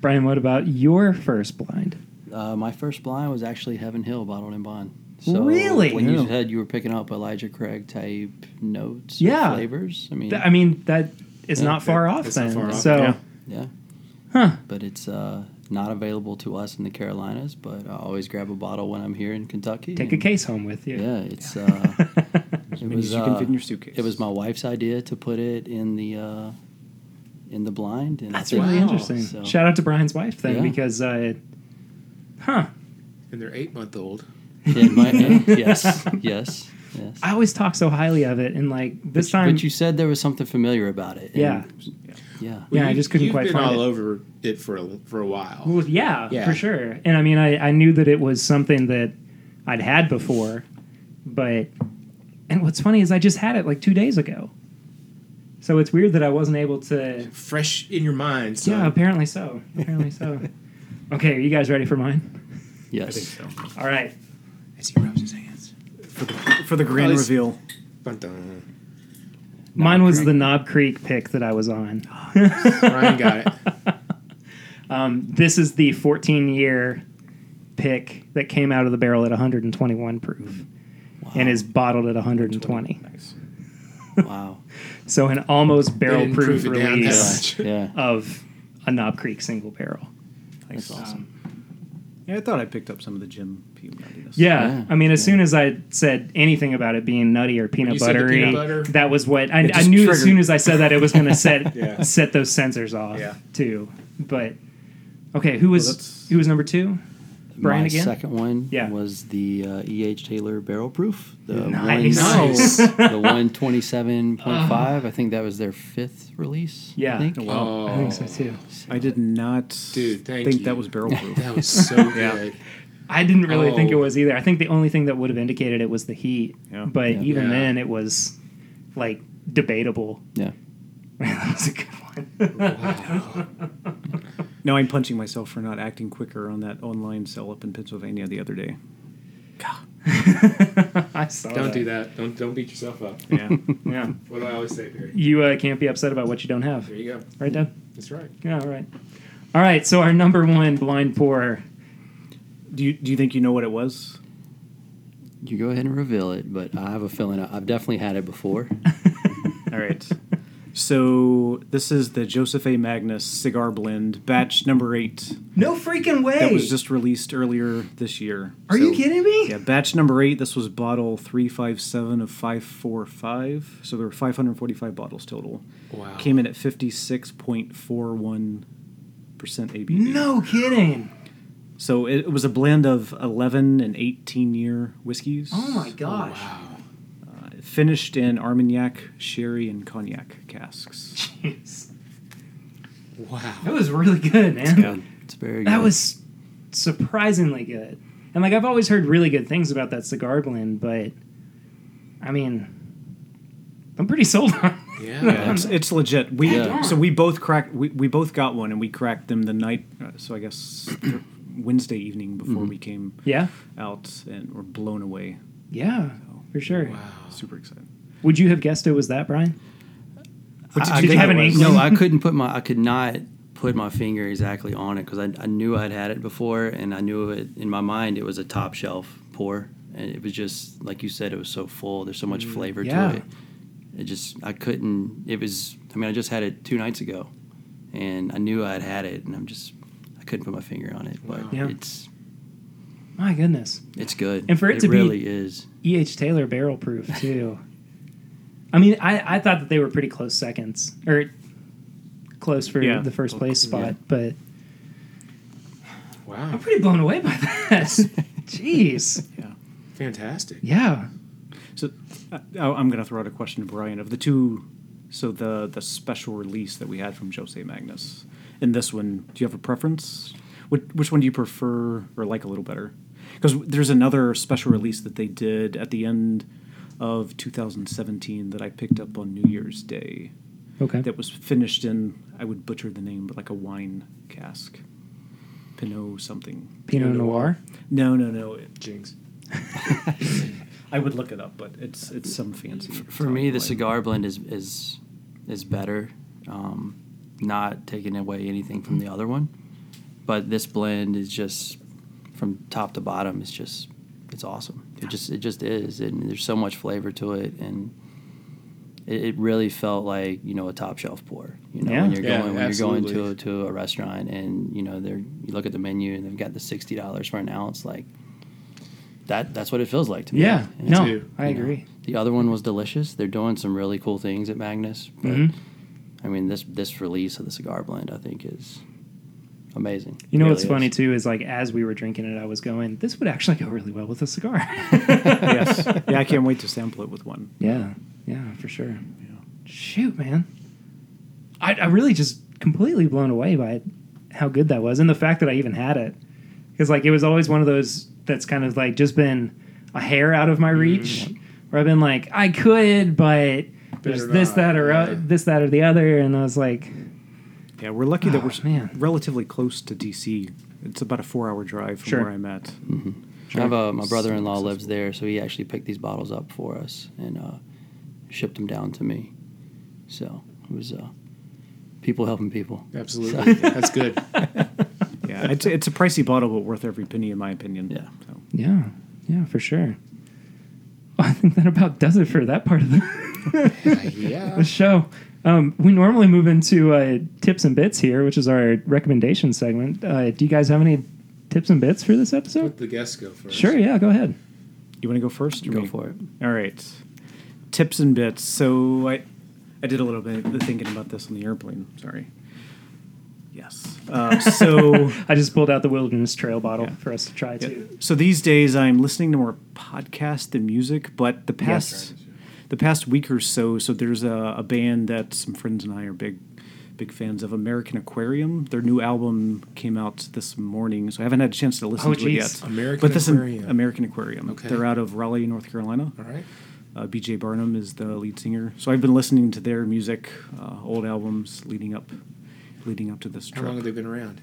[SPEAKER 5] Brian, what about your first blind?
[SPEAKER 6] Uh, my first blind was actually Heaven Hill, bottled and bond. So
[SPEAKER 5] Really?
[SPEAKER 6] When
[SPEAKER 4] Yeah.
[SPEAKER 6] you said you were picking up Elijah Craig type notes, or
[SPEAKER 5] Yeah.
[SPEAKER 6] flavors. I mean,
[SPEAKER 5] Th- I mean, that is
[SPEAKER 6] Yeah,
[SPEAKER 5] not far
[SPEAKER 2] that-
[SPEAKER 5] off
[SPEAKER 2] that's not
[SPEAKER 5] then.
[SPEAKER 2] far off,
[SPEAKER 5] So,
[SPEAKER 4] yeah.
[SPEAKER 6] yeah,
[SPEAKER 5] huh?
[SPEAKER 6] but it's uh, not available to us in the Carolinas. But I always grab a bottle when I'm here in Kentucky.
[SPEAKER 5] Take a
[SPEAKER 6] and-
[SPEAKER 5] case home with you.
[SPEAKER 6] Yeah, it's uh,
[SPEAKER 5] [LAUGHS]
[SPEAKER 4] As
[SPEAKER 6] it
[SPEAKER 4] many
[SPEAKER 6] was
[SPEAKER 4] as you can
[SPEAKER 6] uh,
[SPEAKER 4] fit in your suitcase.
[SPEAKER 6] it was my wife's idea to put it in the uh, in the blind. And I
[SPEAKER 5] That's
[SPEAKER 6] think-
[SPEAKER 5] really
[SPEAKER 2] Wow.
[SPEAKER 5] interesting.
[SPEAKER 6] So-
[SPEAKER 5] Shout out to Brian's wife then,
[SPEAKER 6] Yeah.
[SPEAKER 5] because, uh, huh?
[SPEAKER 2] and they're eight month old.
[SPEAKER 6] it might- it- yes, yes, yes.
[SPEAKER 5] I always talk so highly of it, and like this
[SPEAKER 6] but,
[SPEAKER 5] time,
[SPEAKER 6] but you said there was something familiar about it. and-
[SPEAKER 5] yeah,
[SPEAKER 6] yeah.
[SPEAKER 5] Yeah, I just couldn't
[SPEAKER 2] you've
[SPEAKER 5] quite
[SPEAKER 2] been
[SPEAKER 5] find
[SPEAKER 2] all
[SPEAKER 5] it.
[SPEAKER 2] over it for a, for a while.
[SPEAKER 5] Well, yeah,
[SPEAKER 2] Yeah.
[SPEAKER 5] for sure. And I mean, I, I knew that it was something that I'd had before, but and what's funny is I just had it like two days ago, so it's weird that I wasn't able to.
[SPEAKER 2] Fresh in your mind. So
[SPEAKER 5] Yeah, apparently so.
[SPEAKER 6] [LAUGHS]
[SPEAKER 5] Apparently so. Okay, are you guys ready for mine?
[SPEAKER 4] I think
[SPEAKER 6] Yes.
[SPEAKER 4] so.
[SPEAKER 5] All right.
[SPEAKER 2] As he rubs his hands.
[SPEAKER 4] For the grand
[SPEAKER 2] Well, it's-
[SPEAKER 4] reveal,
[SPEAKER 2] Dun, dun.
[SPEAKER 5] Mine was
[SPEAKER 6] Creek. Ah.
[SPEAKER 5] the Knob Creek pick that I was on.
[SPEAKER 2] Ryan got it.
[SPEAKER 5] This is the 14 year pick that came out of the barrel at 121 proof
[SPEAKER 6] Wow.
[SPEAKER 5] and is bottled at 120.
[SPEAKER 4] nice.
[SPEAKER 5] [LAUGHS]
[SPEAKER 6] wow.
[SPEAKER 5] So an almost
[SPEAKER 2] They
[SPEAKER 5] barrel
[SPEAKER 2] didn't
[SPEAKER 5] proof
[SPEAKER 2] prove it down that
[SPEAKER 5] release
[SPEAKER 2] much.
[SPEAKER 6] Yeah.
[SPEAKER 5] of a Knob Creek single barrel.
[SPEAKER 6] That's awesome.
[SPEAKER 4] Yeah, I thought I picked up some of the Jim P. nuttiness.
[SPEAKER 5] Yeah,
[SPEAKER 6] Yeah,
[SPEAKER 5] I mean, as
[SPEAKER 6] yeah.
[SPEAKER 5] soon as I said anything about it being nutty or peanut
[SPEAKER 2] you said the
[SPEAKER 5] buttery,
[SPEAKER 2] peanut butter-
[SPEAKER 5] that was what I,
[SPEAKER 4] It
[SPEAKER 5] I
[SPEAKER 4] just
[SPEAKER 5] knew.
[SPEAKER 4] triggered.
[SPEAKER 5] As soon as I said that, it was going to set
[SPEAKER 2] Yeah.
[SPEAKER 5] set those sensors off
[SPEAKER 2] Yeah.
[SPEAKER 5] too. But okay, who was
[SPEAKER 4] that's-
[SPEAKER 5] who was number two? Brian
[SPEAKER 6] My
[SPEAKER 5] again?
[SPEAKER 6] second one
[SPEAKER 5] Yeah.
[SPEAKER 6] was the uh, E.H. Taylor Barrel Proof. The
[SPEAKER 5] Nice.
[SPEAKER 6] One,
[SPEAKER 2] Nice.
[SPEAKER 5] [LAUGHS]
[SPEAKER 6] the one twenty-seven point five. I think that was their fifth release.
[SPEAKER 5] Yeah.
[SPEAKER 6] I think.
[SPEAKER 4] Oh, wow.
[SPEAKER 2] Oh,
[SPEAKER 5] I think so too.
[SPEAKER 6] So-
[SPEAKER 4] I did not
[SPEAKER 2] Dude, thank
[SPEAKER 4] think
[SPEAKER 2] you.
[SPEAKER 5] [LAUGHS]
[SPEAKER 4] that was barrel
[SPEAKER 2] [LAUGHS]
[SPEAKER 4] proof.
[SPEAKER 2] That was so good.
[SPEAKER 4] Yeah.
[SPEAKER 5] I didn't really think it
[SPEAKER 2] Oh.
[SPEAKER 5] was either. I think the only thing that would have indicated it was the heat.
[SPEAKER 4] Yeah.
[SPEAKER 5] But
[SPEAKER 6] Yeah.
[SPEAKER 5] even
[SPEAKER 2] Yeah.
[SPEAKER 5] then, it was like debatable.
[SPEAKER 6] Yeah.
[SPEAKER 5] [LAUGHS] that was a good one.
[SPEAKER 4] Now I'm punching myself for not acting quicker on that online sale up in Pennsylvania the other
[SPEAKER 5] [LAUGHS]
[SPEAKER 4] day.
[SPEAKER 5] [LAUGHS] I saw
[SPEAKER 2] Don't
[SPEAKER 5] that.
[SPEAKER 2] do that. Don't don't beat yourself up.
[SPEAKER 4] Yeah.
[SPEAKER 5] Yeah.
[SPEAKER 2] What do I always say, Perry?
[SPEAKER 5] You uh, can't be upset about what you don't have.
[SPEAKER 2] There you go.
[SPEAKER 5] Right, Dad?
[SPEAKER 2] That's right.
[SPEAKER 5] Yeah, all right. All right, so our number one blind pour.
[SPEAKER 4] do you do you think you know what it was?
[SPEAKER 6] You go ahead and reveal it, but I have a feeling I- I've definitely had it
[SPEAKER 5] [LAUGHS]
[SPEAKER 6] before.
[SPEAKER 4] All right. So this is the Joseph A. Magnus cigar blend, batch number eight,
[SPEAKER 5] No freaking way.
[SPEAKER 4] that was just released earlier this year.
[SPEAKER 5] Are
[SPEAKER 4] So-
[SPEAKER 5] you kidding me?
[SPEAKER 4] Yeah, batch number eight. This was bottle three five seven of five four five. So there were five hundred forty five bottles total.
[SPEAKER 2] Wow.
[SPEAKER 4] Came in at fifty six point four one percent ABV.
[SPEAKER 5] No kidding.
[SPEAKER 4] So it, it was a blend of eleven and eighteen year whiskeys.
[SPEAKER 5] Oh my gosh. [LAUGHS]
[SPEAKER 2] Wow.
[SPEAKER 4] Uh, finished in Armagnac, sherry, and cognac casks.
[SPEAKER 5] Jeez.
[SPEAKER 2] [LAUGHS]
[SPEAKER 5] That
[SPEAKER 2] Wow.
[SPEAKER 5] was really good, man.
[SPEAKER 4] Yeah.
[SPEAKER 6] It's very good.
[SPEAKER 5] That was surprisingly good. And like I've always heard really good things about that cigar blend, but I mean I'm pretty sold on. it.
[SPEAKER 2] Yeah.
[SPEAKER 4] Yeah, it's, it's legit. We
[SPEAKER 6] Yeah.
[SPEAKER 4] so we both cracked. We, we both got one, and we cracked them the night. Uh, so I guess Wednesday evening before
[SPEAKER 5] Mm-hmm.
[SPEAKER 4] we came
[SPEAKER 5] Yeah.
[SPEAKER 4] out, and were blown away.
[SPEAKER 5] Yeah. For sure.
[SPEAKER 2] Wow.
[SPEAKER 4] Super excited.
[SPEAKER 5] Would you have guessed it was that, Brian? Or did
[SPEAKER 6] I- I
[SPEAKER 5] did you
[SPEAKER 6] couldn't-
[SPEAKER 5] have an inkling?
[SPEAKER 6] No, I couldn't put my. I could not put my finger exactly on it because I, I knew I'd had it before, and I knew it in my mind. It was a top shelf pour, and it was just like you said. It was so full. There's so much flavor
[SPEAKER 5] Mm, yeah.
[SPEAKER 6] to it. It just I couldn't. It was. I mean, I just had it two nights ago, and I knew I'd had it, and I'm just. I couldn't put my finger on it, but
[SPEAKER 2] Wow.
[SPEAKER 5] Yeah.
[SPEAKER 6] it's
[SPEAKER 5] My goodness.
[SPEAKER 6] it's good.
[SPEAKER 5] And for it
[SPEAKER 6] it
[SPEAKER 5] to be-
[SPEAKER 6] really is.
[SPEAKER 5] E.H. Taylor barrel proof too. I mean, I, I thought that they were pretty close seconds or close for
[SPEAKER 4] Yeah.
[SPEAKER 5] the first place spot,
[SPEAKER 6] Yeah.
[SPEAKER 5] but
[SPEAKER 2] Wow.
[SPEAKER 5] I'm pretty blown away by that. [LAUGHS] Jeez.
[SPEAKER 2] Fantastic.
[SPEAKER 5] Yeah.
[SPEAKER 4] So uh, I- I'm going to throw out a question to Brian of the two. So the the special release that we had from Jose Magnus, and this one, do you have a preference? Which, which one do you prefer or like a little better? Because there's another special release that they did at the end of 2017 that I picked up on New Year's Day.
[SPEAKER 5] Okay.
[SPEAKER 4] That was finished in I would butcher the name, but like a wine cask, Pinot something.
[SPEAKER 5] Pinot Noir.
[SPEAKER 4] No, no, no.
[SPEAKER 2] Jinx.
[SPEAKER 4] I would look it up, but it's it's some fancy.
[SPEAKER 6] For me, the
[SPEAKER 4] wine.
[SPEAKER 6] cigar blend is is is better. Um, not taking away anything from the other one, but this blend is just from top to bottom. It's just it's awesome. It just it just is, and there's so much flavor to it, and it, it really felt like you know a top shelf pour. You know when
[SPEAKER 5] Yeah.
[SPEAKER 6] you're
[SPEAKER 2] Yeah,
[SPEAKER 6] going when you're
[SPEAKER 2] absolutely.
[SPEAKER 6] going to to a restaurant, and you know they're you look at the menu and they've got the sixty dollars for an ounce, like. That, that's what it feels like to me.
[SPEAKER 5] Yeah.
[SPEAKER 6] And
[SPEAKER 5] No,
[SPEAKER 2] too,
[SPEAKER 5] I
[SPEAKER 6] you know.
[SPEAKER 5] agree.
[SPEAKER 6] The other one was delicious. They're doing some really cool things at Magnus. But
[SPEAKER 5] Mhm.
[SPEAKER 6] I mean, this this release of the cigar blend, I think, is amazing.
[SPEAKER 5] You know
[SPEAKER 6] It
[SPEAKER 5] what's
[SPEAKER 6] really
[SPEAKER 5] funny
[SPEAKER 6] is.
[SPEAKER 5] too is like as we were drinking it, I was going, this would actually go really well with a cigar. [LAUGHS]
[SPEAKER 4] yes. Yeah, I can't wait to sample it with one.
[SPEAKER 5] Yeah. Yeah, for sure. Shoot, man. I, I really just completely blown away by it, how good that was and the fact that I even had it. Because, like, it was always one of those that's kind of like just been a hair out of my reach where I've been like, I could, but there's
[SPEAKER 2] Better
[SPEAKER 5] this,
[SPEAKER 2] not,
[SPEAKER 5] that, or o-
[SPEAKER 2] yeah.
[SPEAKER 5] this, that, or the other. And I was like,
[SPEAKER 4] Yeah, we're lucky that
[SPEAKER 5] Oh,
[SPEAKER 4] we're s-
[SPEAKER 5] man.
[SPEAKER 4] relatively close to DC. It's about a four-hour drive from
[SPEAKER 5] Sure.
[SPEAKER 4] where I'm at.
[SPEAKER 6] I have a, my
[SPEAKER 4] So
[SPEAKER 6] brother-in-law lives
[SPEAKER 4] accessible.
[SPEAKER 6] there, so he actually picked these bottles up for us and uh, shipped them down to me. So it was uh, people helping people.
[SPEAKER 4] [LAUGHS]
[SPEAKER 2] Absolutely. That's good.
[SPEAKER 4] Yeah, it's, it's a pricey bottle, but worth every penny, in my opinion.
[SPEAKER 6] Yeah.
[SPEAKER 4] So,
[SPEAKER 5] yeah, yeah, for sure. [LAUGHS] I think that about does it for that part of the.
[SPEAKER 2] [LAUGHS] yeah.
[SPEAKER 5] [LAUGHS] the show. Um, we normally move into uh, tips and bits here, which is our recommendation segment. Uh, do you guys have any tips and bits for this episode?
[SPEAKER 2] Let the guests go first.
[SPEAKER 5] Sure, yeah, go ahead.
[SPEAKER 4] you want to go first? or
[SPEAKER 6] Go
[SPEAKER 4] me?
[SPEAKER 6] for it.
[SPEAKER 4] All right. Tips and bits. So I, I did a little bit of thinking about this on the airplane. Sorry. Yes. Uh,
[SPEAKER 6] [LAUGHS]
[SPEAKER 4] so.
[SPEAKER 5] [LAUGHS] I just pulled out the Wilderness Trail bottle
[SPEAKER 4] Yeah.
[SPEAKER 5] for us to try too.
[SPEAKER 4] So these days I'm listening to more podcasts than music, but the
[SPEAKER 5] Yes.
[SPEAKER 4] past the past week or so, so there's a, a band that some friends and I are big big fans of American Aquarium. Their new album came out this morning, so I haven't had a chance to listen
[SPEAKER 5] Oh,
[SPEAKER 4] to it
[SPEAKER 5] geez.
[SPEAKER 4] yet.
[SPEAKER 2] American
[SPEAKER 4] but this
[SPEAKER 2] Aquarium.
[SPEAKER 4] American Aquarium.
[SPEAKER 2] Okay.
[SPEAKER 4] They're out of Raleigh, North Carolina.
[SPEAKER 2] All right.
[SPEAKER 4] Uh, BJ Barnum is the lead singer. So I've been listening to their music, uh, old albums leading up, leading up to this
[SPEAKER 2] How
[SPEAKER 4] trip.
[SPEAKER 2] long have they been around?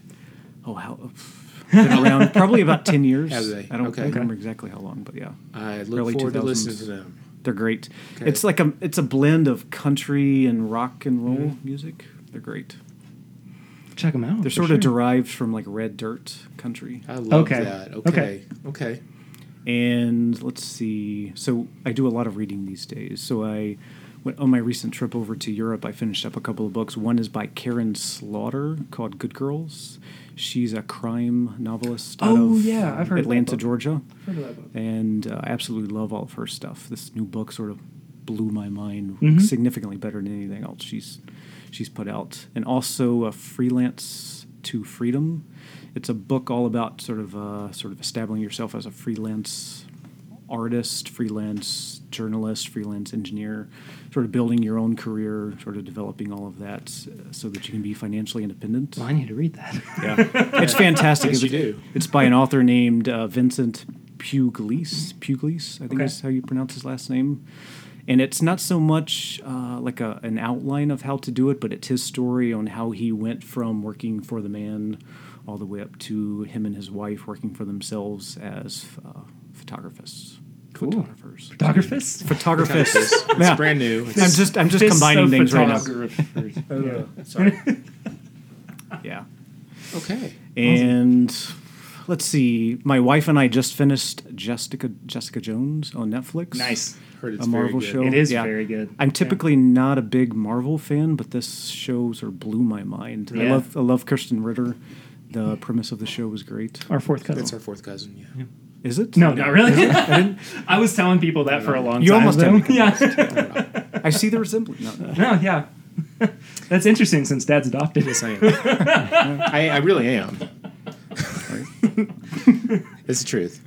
[SPEAKER 4] oh, how pff, been around? Probably
[SPEAKER 5] [LAUGHS]
[SPEAKER 4] about ten years.
[SPEAKER 2] Have they?
[SPEAKER 4] I don't
[SPEAKER 2] Okay.
[SPEAKER 4] remember exactly how long, but yeah,
[SPEAKER 5] Uh,
[SPEAKER 2] I look
[SPEAKER 4] Early
[SPEAKER 2] forward to
[SPEAKER 4] 2000s.
[SPEAKER 2] listening to them.
[SPEAKER 4] they're great.
[SPEAKER 2] Okay.
[SPEAKER 4] It's like a it's a blend of country and rock and roll
[SPEAKER 5] Mm-hmm.
[SPEAKER 4] music. They're great.
[SPEAKER 5] Check them out.
[SPEAKER 4] They're
[SPEAKER 5] for
[SPEAKER 4] sort
[SPEAKER 5] sure.
[SPEAKER 4] of derived from like red dirt country.
[SPEAKER 2] I love
[SPEAKER 5] Okay.
[SPEAKER 2] that.
[SPEAKER 5] Okay.
[SPEAKER 2] Okay. Okay.
[SPEAKER 4] And let's see. So I do a lot of reading these days. So I went on my recent trip over to Europe. I finished up a couple of books. One is by Karen Slaughter called Good Girls. She's a crime novelist out
[SPEAKER 5] Oh,
[SPEAKER 4] of
[SPEAKER 5] yeah, I've heard of that
[SPEAKER 4] Atlanta,
[SPEAKER 5] book.
[SPEAKER 4] Georgia.
[SPEAKER 5] Heard of that book.
[SPEAKER 4] And uh, I absolutely love all of her stuff. This new book sort of blew my mind
[SPEAKER 5] Mhm.
[SPEAKER 4] significantly better than anything else she's she's put out. And also a freelance to freedom. It's a book all about sort of uh, sort of establishing yourself as a freelance artist, freelance journalist, freelance engineer, sort of building your own career, sort of developing all of that uh, so that you can be financially independent.
[SPEAKER 5] Well, I need to
[SPEAKER 4] [LAUGHS]
[SPEAKER 5] read that.
[SPEAKER 4] Yeah, it's fantastic.
[SPEAKER 2] Yes, you
[SPEAKER 4] it's,
[SPEAKER 2] do.
[SPEAKER 4] it's by an author named uh, Vincent Pugliese. Pugliese, I think
[SPEAKER 5] Okay.
[SPEAKER 4] is how you pronounce his last name. And it's not so much uh, like a, an outline of how to do it, but it's his story on how he went from working for the man all the way up to him and his wife working for themselves as uh, photographers.
[SPEAKER 5] Cool.
[SPEAKER 4] Photographers.
[SPEAKER 5] Photographist.
[SPEAKER 4] Photographers.
[SPEAKER 2] It's
[SPEAKER 4] Yeah.
[SPEAKER 2] brand new.
[SPEAKER 4] I'm just I'm just combining things right now. [LAUGHS]
[SPEAKER 5] now.
[SPEAKER 2] Oh,
[SPEAKER 5] [LAUGHS]
[SPEAKER 2] Sorry.
[SPEAKER 4] Yeah.
[SPEAKER 2] okay.
[SPEAKER 4] And let's see, my wife and I just finished Jessica Jessica Jones on Netflix.
[SPEAKER 5] nice.
[SPEAKER 2] Heard it's
[SPEAKER 4] a Marvel
[SPEAKER 2] very good.
[SPEAKER 4] show.
[SPEAKER 5] It is
[SPEAKER 4] Yeah.
[SPEAKER 5] very good.
[SPEAKER 4] I'm typically not a big Marvel fan, but this show sort of blew my mind. I
[SPEAKER 5] Yeah.
[SPEAKER 4] love I love Kirsten Ritter. The premise of the show was great.
[SPEAKER 5] our fourth cousin.
[SPEAKER 2] That's our fourth cousin. Yeah.
[SPEAKER 4] Is it?
[SPEAKER 5] No, not really. [LAUGHS] I was telling people that for a long
[SPEAKER 4] You
[SPEAKER 5] time.
[SPEAKER 4] almost
[SPEAKER 5] though.
[SPEAKER 4] had me
[SPEAKER 5] [LAUGHS] Yeah.
[SPEAKER 4] I see the resemblance. No, no.
[SPEAKER 5] no, yeah. [LAUGHS] That's interesting since dad's adopted.
[SPEAKER 2] Yes, I am.
[SPEAKER 4] [LAUGHS]
[SPEAKER 2] I, I really am. [LAUGHS] it's the truth.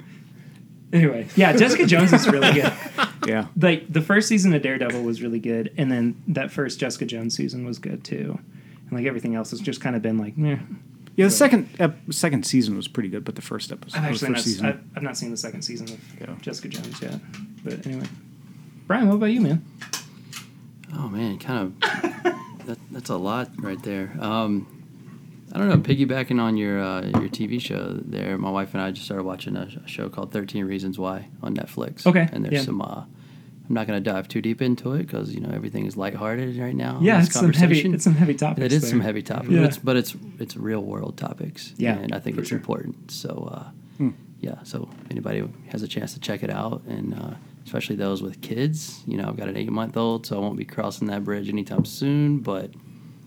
[SPEAKER 5] Anyway, yeah,
[SPEAKER 6] [LAUGHS]
[SPEAKER 5] Jessica Jones is really good. [LAUGHS]
[SPEAKER 4] Yeah.
[SPEAKER 5] Like the first season of Daredevil was really good, and then that first Jessica Jones season was good too. And like everything else has just kind of been like, meh.
[SPEAKER 4] Yeah, the second ep- second season was pretty good, but the first episode,
[SPEAKER 5] I've
[SPEAKER 4] or the
[SPEAKER 5] actually
[SPEAKER 4] first
[SPEAKER 5] not,
[SPEAKER 4] season,
[SPEAKER 5] I've, I've not seen the second season of
[SPEAKER 4] Yeah.
[SPEAKER 5] Jessica Jones yet. But anyway, Brian, what about you, man?
[SPEAKER 6] Oh man, kind of. that, that's a lot right there. Um, I don't know. Piggybacking on your uh, your TV show, there, my wife and I just started watching a, sh- a show called Thirteen Reasons Why on Netflix.
[SPEAKER 5] Okay,
[SPEAKER 6] And there's
[SPEAKER 5] yeah.
[SPEAKER 6] some. Uh, I'm not going to dive too deep into it because you know everything is lighthearted right now. in
[SPEAKER 5] Yeah,
[SPEAKER 6] this
[SPEAKER 5] it's some heavy,
[SPEAKER 6] conversation.
[SPEAKER 5] it's some heavy topics.
[SPEAKER 6] It is
[SPEAKER 5] there.
[SPEAKER 6] some heavy topics,
[SPEAKER 5] Yeah.
[SPEAKER 6] but, it's, but it's it's real world topics.
[SPEAKER 5] Yeah,
[SPEAKER 6] and I think
[SPEAKER 5] for
[SPEAKER 6] it's
[SPEAKER 5] sure. Hmm.
[SPEAKER 6] important. So, uh, yeah, so anybody who has a chance to check it out, and uh, especially those with kids. You know, I've got an eight month old, so I won't be crossing that bridge anytime soon. But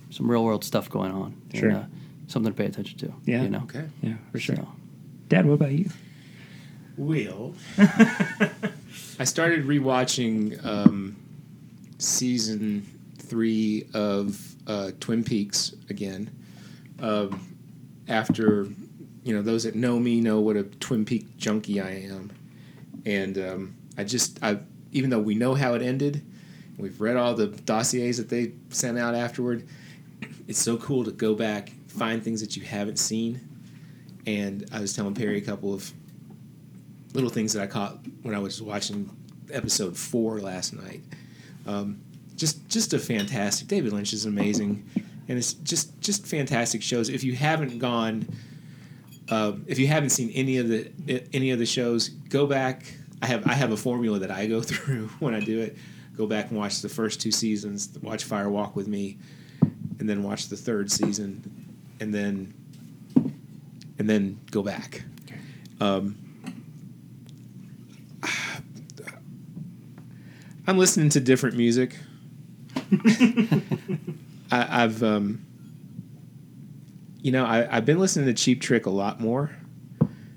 [SPEAKER 6] some real world stuff going on.
[SPEAKER 5] Sure.
[SPEAKER 6] And, uh, something to pay attention to.
[SPEAKER 5] Yeah.
[SPEAKER 6] You know.
[SPEAKER 2] Okay.
[SPEAKER 5] Yeah, for sure.
[SPEAKER 6] So,
[SPEAKER 5] Dad, what about you?
[SPEAKER 2] Will.
[SPEAKER 6] [LAUGHS]
[SPEAKER 2] I started rewatching um, season three of uh, Twin Peaks again. Um, after, you know, those that know me know what a Twin Peak junkie I am. And um, I just, I even though we know how it ended, we've read all the dossiers that they sent out afterward, it's so cool to go back, find things that you haven't seen. And I was telling Perry a couple of little things that I caught when I was watching episode four last night. Um, just just a fantastic. David Lynch is amazing, and it's just just fantastic shows. If you haven't gone, um if you haven't seen any of the i- any of the shows, go back. I have I have a formula that I go [LAUGHS] through when I do it. Go back and watch the first two seasons. Watch Fire Walk with Me, and then watch the third season, and then and then go back. Um, I'm listening to different music. I, I've, um, you know, I, I've been listening to Cheap Trick a lot more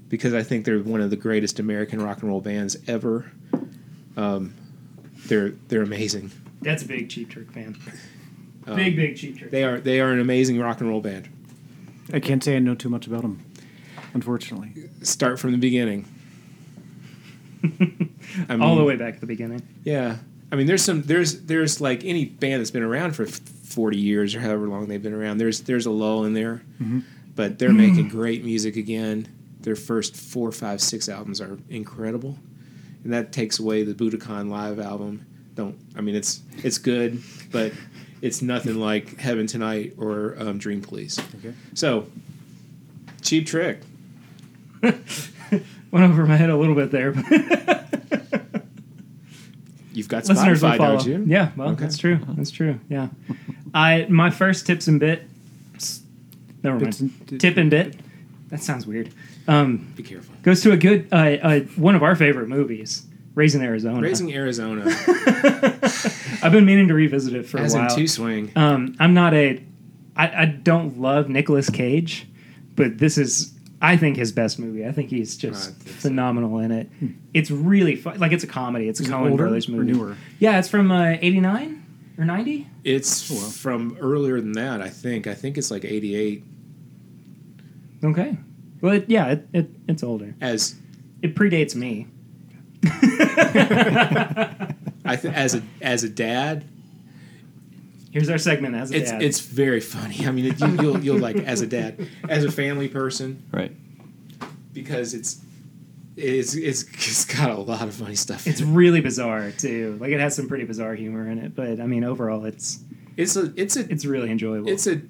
[SPEAKER 2] because I think they're one of the greatest American rock and roll bands ever. Um, they're they're amazing.
[SPEAKER 5] That's a big cheap trick fan.
[SPEAKER 2] Um,
[SPEAKER 5] big, big cheap trick.
[SPEAKER 2] They
[SPEAKER 5] [LAUGHS]
[SPEAKER 2] are they are an amazing rock and roll band.
[SPEAKER 4] I can't say I know too much about them, unfortunately.
[SPEAKER 2] Start from the beginning. I
[SPEAKER 5] All the
[SPEAKER 2] mean-
[SPEAKER 5] way back at the beginning. [LAUGHS]
[SPEAKER 2] Yeah, I mean, there's some there's there's like any band that's been around for f- 40 years or however long they've been around. There's there's a lull in there, but
[SPEAKER 5] Mm-hmm.
[SPEAKER 2] they're making great music again. Their first four, five, six albums are incredible, and that takes away the Budokan live album. Don't I mean it's it's good, but it's nothing like Heaven Tonight or um, Dream Police.
[SPEAKER 4] Okay.
[SPEAKER 2] So, Cheap Trick.
[SPEAKER 5] Went over my head a little bit
[SPEAKER 2] [LAUGHS]
[SPEAKER 5] there. but [LAUGHS]
[SPEAKER 2] You've got
[SPEAKER 5] Listeners will
[SPEAKER 2] Spotify,
[SPEAKER 5] follow.
[SPEAKER 2] don't you?
[SPEAKER 5] Yeah, well,
[SPEAKER 2] Okay. Uh-huh.
[SPEAKER 5] that's true. That's true. Yeah. I my first tips and bit. Never mind.
[SPEAKER 4] Bits and-
[SPEAKER 5] Tip and bit. That sounds weird. Um,
[SPEAKER 2] Be careful.
[SPEAKER 5] goes to a good uh, uh, one of our favorite movies, Raising Arizona.
[SPEAKER 2] Raising
[SPEAKER 5] [LAUGHS]
[SPEAKER 2] Arizona
[SPEAKER 5] I've been meaning to revisit it for
[SPEAKER 2] as
[SPEAKER 5] a
[SPEAKER 2] in
[SPEAKER 5] while.
[SPEAKER 2] two swing.
[SPEAKER 5] um, I'm not a. I, I don't love Nicolas Cage, but this is I think his best movie. I think he's just
[SPEAKER 2] I think so.
[SPEAKER 5] phenomenal in it. It's really fun. Like it's a comedy. It's a
[SPEAKER 4] Hmm. Is it
[SPEAKER 5] Coen
[SPEAKER 4] older
[SPEAKER 5] Brothers
[SPEAKER 4] or
[SPEAKER 5] movie.
[SPEAKER 4] newer?
[SPEAKER 5] Yeah, it's from uh, '89 or '90.
[SPEAKER 2] It's
[SPEAKER 5] Oh,
[SPEAKER 2] from earlier than that, I think. I think it's like 88
[SPEAKER 5] Okay. Well, it, yeah, it, it, it's older.
[SPEAKER 2] as
[SPEAKER 5] It
[SPEAKER 4] [LAUGHS]
[SPEAKER 5] predates me.
[SPEAKER 2] I th- as a as a dad,
[SPEAKER 5] Here's our segment as a
[SPEAKER 2] it's
[SPEAKER 5] dad.
[SPEAKER 2] it's very funny. I mean, it, you, you'll you'll like as a dad, as a family person,
[SPEAKER 6] Right.
[SPEAKER 2] because it's it's it's, it's got a lot of funny stuff. in
[SPEAKER 5] It's
[SPEAKER 2] it.
[SPEAKER 5] really bizarre too. Like it has some pretty bizarre humor in it, but I mean overall it's
[SPEAKER 2] it's a it's a
[SPEAKER 5] it's really enjoyable.
[SPEAKER 2] it's a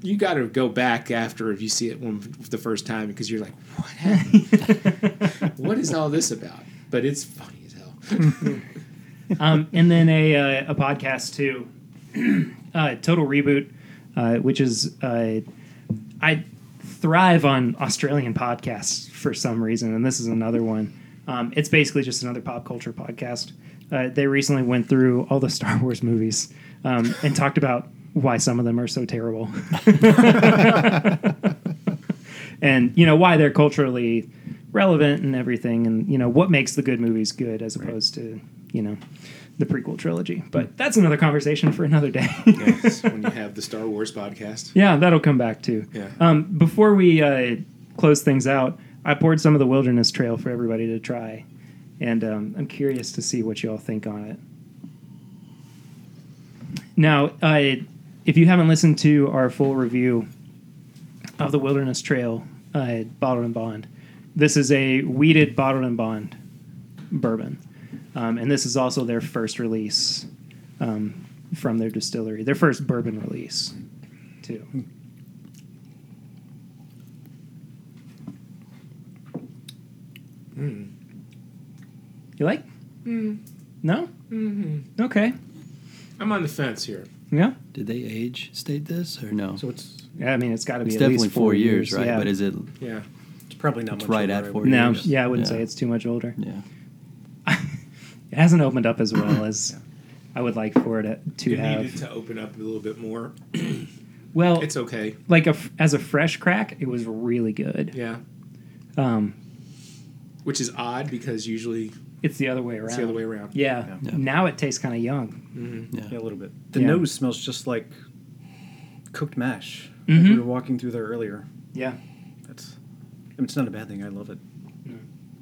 [SPEAKER 2] you got to go back after if you see it one the first time because you're like, what happened?
[SPEAKER 5] [LAUGHS]
[SPEAKER 2] what is all this about? But it's funny as hell.
[SPEAKER 5] um, and then a uh, a podcast too, uh, Total Reboot, uh, which is uh, I thrive on Australian podcasts for some reason, and this is another one. Um, it's basically just another pop culture podcast. Uh, they recently went through all the [LAUGHS] Star Wars movies um, and talked about why some of them are so terrible. [LAUGHS] and you know why they're culturally relevant and everything and you know what makes the good movies good as opposed to you know the prequel trilogy but that's another conversation for another day
[SPEAKER 2] It's when you have the Star Wars
[SPEAKER 5] [LAUGHS]
[SPEAKER 2] podcast.
[SPEAKER 5] yeah that'll come back too
[SPEAKER 2] Yeah.
[SPEAKER 5] um, before we uh, close things out i poured some of the wilderness trail for everybody to try and um, i'm curious to see what you all think on it now uh, if you haven't listened to our full review of the Wilderness Trail uh, Bottled and Bond. This is a weeded Bottled and Bond bourbon, um, and this is also their first release um, from their distillery, their first bourbon release, too. Hmm. You like? No. Mm-hmm. Okay.
[SPEAKER 2] I'm on the fence here.
[SPEAKER 5] Yeah.
[SPEAKER 6] Did they age state this or no?
[SPEAKER 4] So it's
[SPEAKER 5] Yeah, I mean, it's got to be
[SPEAKER 6] it's
[SPEAKER 5] at
[SPEAKER 6] definitely
[SPEAKER 5] least
[SPEAKER 6] four years, right?
[SPEAKER 5] Yeah.
[SPEAKER 6] But is it?
[SPEAKER 2] Yeah.
[SPEAKER 4] it's probably not
[SPEAKER 6] It's
[SPEAKER 4] much
[SPEAKER 6] right
[SPEAKER 4] older,
[SPEAKER 6] at
[SPEAKER 4] I
[SPEAKER 6] four
[SPEAKER 4] would
[SPEAKER 5] no?
[SPEAKER 6] years?
[SPEAKER 5] Yeah, I wouldn't
[SPEAKER 6] Yeah.
[SPEAKER 5] say it's too much older.
[SPEAKER 6] Yeah.
[SPEAKER 5] It hasn't opened up as well as I would like for it to- to
[SPEAKER 2] You
[SPEAKER 5] have.
[SPEAKER 2] needed to open up a little bit more.
[SPEAKER 5] well,
[SPEAKER 2] It's okay.
[SPEAKER 5] like a f as a fresh crack, it was really good.
[SPEAKER 2] Yeah.
[SPEAKER 5] Um,
[SPEAKER 2] Which is odd because usually
[SPEAKER 5] it's the other way around.
[SPEAKER 2] it's the other way around.
[SPEAKER 5] Yeah.
[SPEAKER 6] Yeah.
[SPEAKER 5] Now it tastes kind of young.
[SPEAKER 6] Yeah.
[SPEAKER 4] Yeah, a little bit. The
[SPEAKER 5] Yeah.
[SPEAKER 4] nose smells just like cooked mash.
[SPEAKER 5] Mhm.
[SPEAKER 4] We were walking through there earlier.
[SPEAKER 5] Yeah.
[SPEAKER 4] That's. I mean, it's not a bad thing. I love it.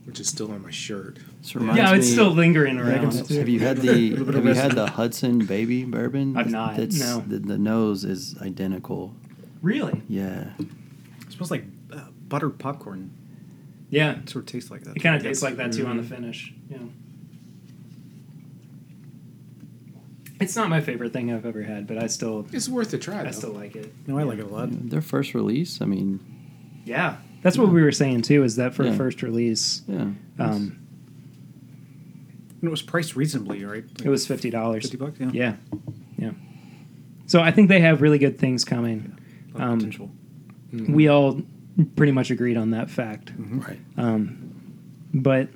[SPEAKER 2] Which is still on my shirt.
[SPEAKER 6] This reminds
[SPEAKER 5] yeah, it's
[SPEAKER 6] me-
[SPEAKER 5] still lingering around.
[SPEAKER 4] it's-
[SPEAKER 5] too.
[SPEAKER 6] Have you
[SPEAKER 2] [LAUGHS]
[SPEAKER 4] A
[SPEAKER 6] had the
[SPEAKER 4] little bit
[SPEAKER 6] Have
[SPEAKER 4] of
[SPEAKER 6] you had the Hudson Baby Bourbon?
[SPEAKER 5] I've not,
[SPEAKER 6] That's,
[SPEAKER 5] no.
[SPEAKER 6] The, the nose is identical.
[SPEAKER 5] really?
[SPEAKER 6] Yeah.
[SPEAKER 4] It smells like uh, buttered popcorn.
[SPEAKER 5] Yeah.
[SPEAKER 4] It sort of tastes like that.
[SPEAKER 5] It kind of tastes like that too on the finish. Yeah. It's not my favorite thing I've ever had, but I still
[SPEAKER 2] It's worth a try.
[SPEAKER 5] I
[SPEAKER 2] Though.
[SPEAKER 5] still like it.
[SPEAKER 4] No, I like it a
[SPEAKER 5] Mm-hmm.
[SPEAKER 4] lot.
[SPEAKER 6] Their first release. I mean,
[SPEAKER 5] Yeah. That's what we were saying too. Is that for a
[SPEAKER 6] Yeah.
[SPEAKER 5] first release?
[SPEAKER 6] yeah.
[SPEAKER 5] Um,
[SPEAKER 4] And it was priced reasonably, right? Like
[SPEAKER 5] it was fifty dollars.
[SPEAKER 4] fifty bucks. Yeah.
[SPEAKER 5] Yeah, yeah. So I think they have really good things coming.
[SPEAKER 4] A lot of
[SPEAKER 5] um,
[SPEAKER 4] potential.
[SPEAKER 5] We all pretty much agreed on that fact.
[SPEAKER 4] Mm-hmm.
[SPEAKER 6] Right.
[SPEAKER 5] Um, but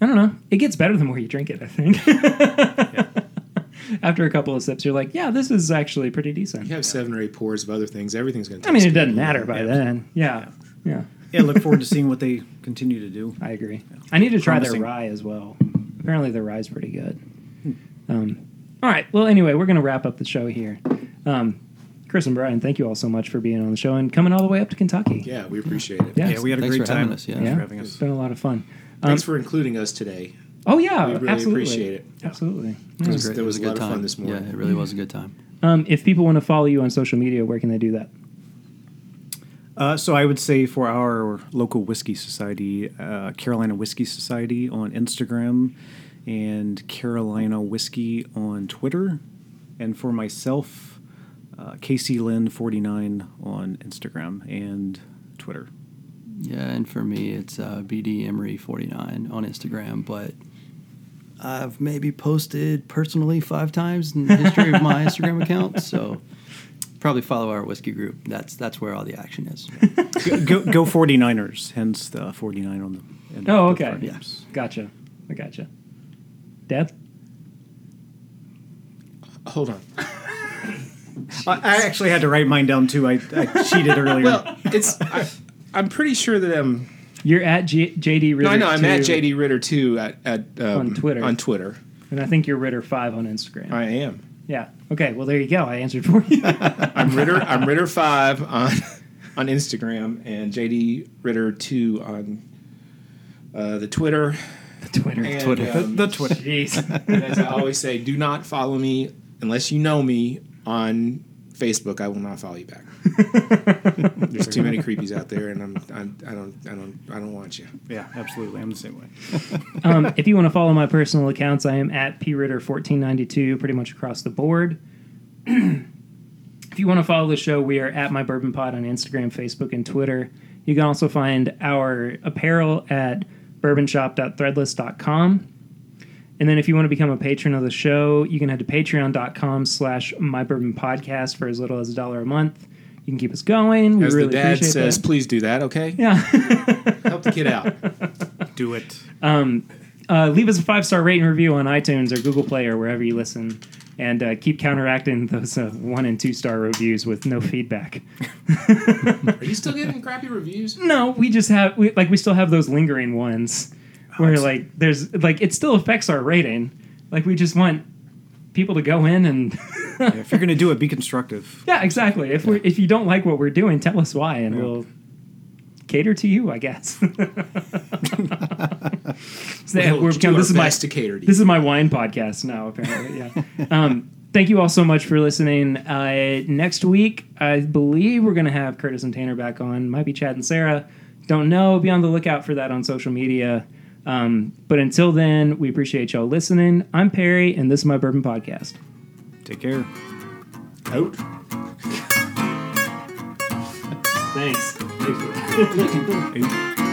[SPEAKER 5] I don't know. It gets better the more you drink it. I think. [LAUGHS] After a couple of sips, you're like, "Yeah, this is actually pretty decent."
[SPEAKER 2] You have seven or eight pours of other things. Everything's going to.
[SPEAKER 5] I mean, it doesn't matter by
[SPEAKER 4] Yeah.
[SPEAKER 5] then. Yeah, yeah.
[SPEAKER 4] Yeah, look forward to seeing what they continue to do.
[SPEAKER 5] I agree. I need to try
[SPEAKER 4] Promising.
[SPEAKER 5] their rye as well. Apparently, their rye's pretty good. Um, all right. Well, anyway, we're going to wrap up the show here. Um, Chris and Brian, thank you all so much for being on the show and coming all the way up to Kentucky.
[SPEAKER 2] Yeah, we appreciate it.
[SPEAKER 5] Yeah.
[SPEAKER 4] Yeah, we had a
[SPEAKER 6] Thanks
[SPEAKER 4] great
[SPEAKER 6] for
[SPEAKER 4] time.
[SPEAKER 6] having us, yeah.
[SPEAKER 4] Thanks
[SPEAKER 5] Yeah.
[SPEAKER 4] for having
[SPEAKER 5] It's
[SPEAKER 4] us.
[SPEAKER 5] been a lot of fun. Um,
[SPEAKER 2] Thanks for including us today.
[SPEAKER 5] oh yeah,
[SPEAKER 2] We really
[SPEAKER 5] absolutely.
[SPEAKER 2] appreciate it.
[SPEAKER 5] Absolutely.
[SPEAKER 2] It
[SPEAKER 5] Yeah.
[SPEAKER 2] was- there was a lot of fun
[SPEAKER 6] time.
[SPEAKER 2] this morning.
[SPEAKER 6] Yeah, it really was a good time.
[SPEAKER 5] Um, if people want to follow you on social media, where can they do that?
[SPEAKER 4] Uh, so I would say for our local whiskey society, uh, Carolina Whiskey Society on Instagram and Carolina Whiskey on Twitter. And for myself, uh, Casey Lynn 49 on Instagram and Twitter.
[SPEAKER 6] Yeah, and for me, it's uh, BD Emery 49 on Instagram, but I've maybe posted personally five times in the history of
[SPEAKER 5] [LAUGHS]
[SPEAKER 6] my Instagram account. So probably follow our whiskey group. That's that's where all the action
[SPEAKER 2] [LAUGHS]
[SPEAKER 6] is.
[SPEAKER 4] go, go 49ers, hence the 49 on the end.
[SPEAKER 5] Oh,
[SPEAKER 4] of the
[SPEAKER 5] okay.
[SPEAKER 4] card.
[SPEAKER 6] Yes.
[SPEAKER 5] Gotcha. I gotcha. Deb?
[SPEAKER 2] Hold on.
[SPEAKER 4] I, I actually had to write mine down too. I, I cheated [LAUGHS] earlier.
[SPEAKER 2] Well, [LAUGHS] it's. I, I'm pretty sure that I'm.
[SPEAKER 5] You're at J- JD Ritter.
[SPEAKER 2] No, I know. I'm at
[SPEAKER 5] two,
[SPEAKER 2] JD Ritter too at, at um,
[SPEAKER 5] On Twitter.
[SPEAKER 2] On Twitter,
[SPEAKER 5] And I think you're Ritter5 on Instagram.
[SPEAKER 2] I am.
[SPEAKER 5] Yeah. Okay. Well, there you go. I answered for
[SPEAKER 2] [LAUGHS]
[SPEAKER 5] you.
[SPEAKER 2] I'm Ritter. I'm Ritter five on on Instagram and JD Ritter two on uh, the Twitter.
[SPEAKER 5] Twitter.
[SPEAKER 2] And,
[SPEAKER 6] Twitter.
[SPEAKER 4] the,
[SPEAKER 2] um,
[SPEAKER 4] the Twitter.
[SPEAKER 5] Jeez.
[SPEAKER 2] And as I always say, do not follow me unless you know me on Facebook. I will not follow you
[SPEAKER 5] [LAUGHS]
[SPEAKER 2] back. There's too many creepies out there, and I'm, I'm I don't I don't I don't want you.
[SPEAKER 4] Yeah, absolutely. I'm the same way.
[SPEAKER 5] um, if you want to follow my personal accounts, I am at pritter1492 pretty much across the board. [CLEARS THROAT] if you want to follow the show, we are at My Bourbon Pod on Instagram, Facebook, and Twitter. You can also find our apparel at bourbonshop.threadless.com. And then if you want to become a patron of the show, you can head to patreon.com slash my bourbon podcast for as little as a dollar a month. You can keep us going. We
[SPEAKER 2] As
[SPEAKER 5] really
[SPEAKER 2] the dad
[SPEAKER 5] appreciate
[SPEAKER 2] says,
[SPEAKER 5] that.
[SPEAKER 2] please do that. Okay,
[SPEAKER 5] Yeah.
[SPEAKER 2] help the kid out.
[SPEAKER 4] Do it.
[SPEAKER 5] uh, leave us a five star rating review on iTunes or Google Play or wherever you listen, and uh, keep counteracting [LAUGHS] those uh, one and two star reviews with no feedback.
[SPEAKER 2] Are you still getting crappy reviews?
[SPEAKER 5] No, we just have we, like we still have those lingering ones where like there's like it still affects our rating. Like we just want people to go in and [LAUGHS]
[SPEAKER 4] Yeah, if you're going to do it, be constructive.
[SPEAKER 5] yeah, exactly. If we are if you don't like what we're doing, tell us why, and we'll cater to you,
[SPEAKER 2] [LAUGHS]
[SPEAKER 5] I guess. [LAUGHS] So that
[SPEAKER 2] We'll
[SPEAKER 5] we're
[SPEAKER 2] do
[SPEAKER 5] become-
[SPEAKER 2] our
[SPEAKER 5] this is my
[SPEAKER 2] best to cater to you.
[SPEAKER 5] This is my wine podcast now, apparently. Yeah. um, thank you all so much for listening. Uh, next week, I believe we're going to have Curtis and Tanner back on. Might be Chad and Sarah. Don't know. Be on the lookout for that on social media. Um, but until then, we appreciate y'all listening. I'm Perry, and this is my Bourbon Podcast.
[SPEAKER 4] Take care.
[SPEAKER 2] Out.
[SPEAKER 5] Thanks.
[SPEAKER 4] Hey.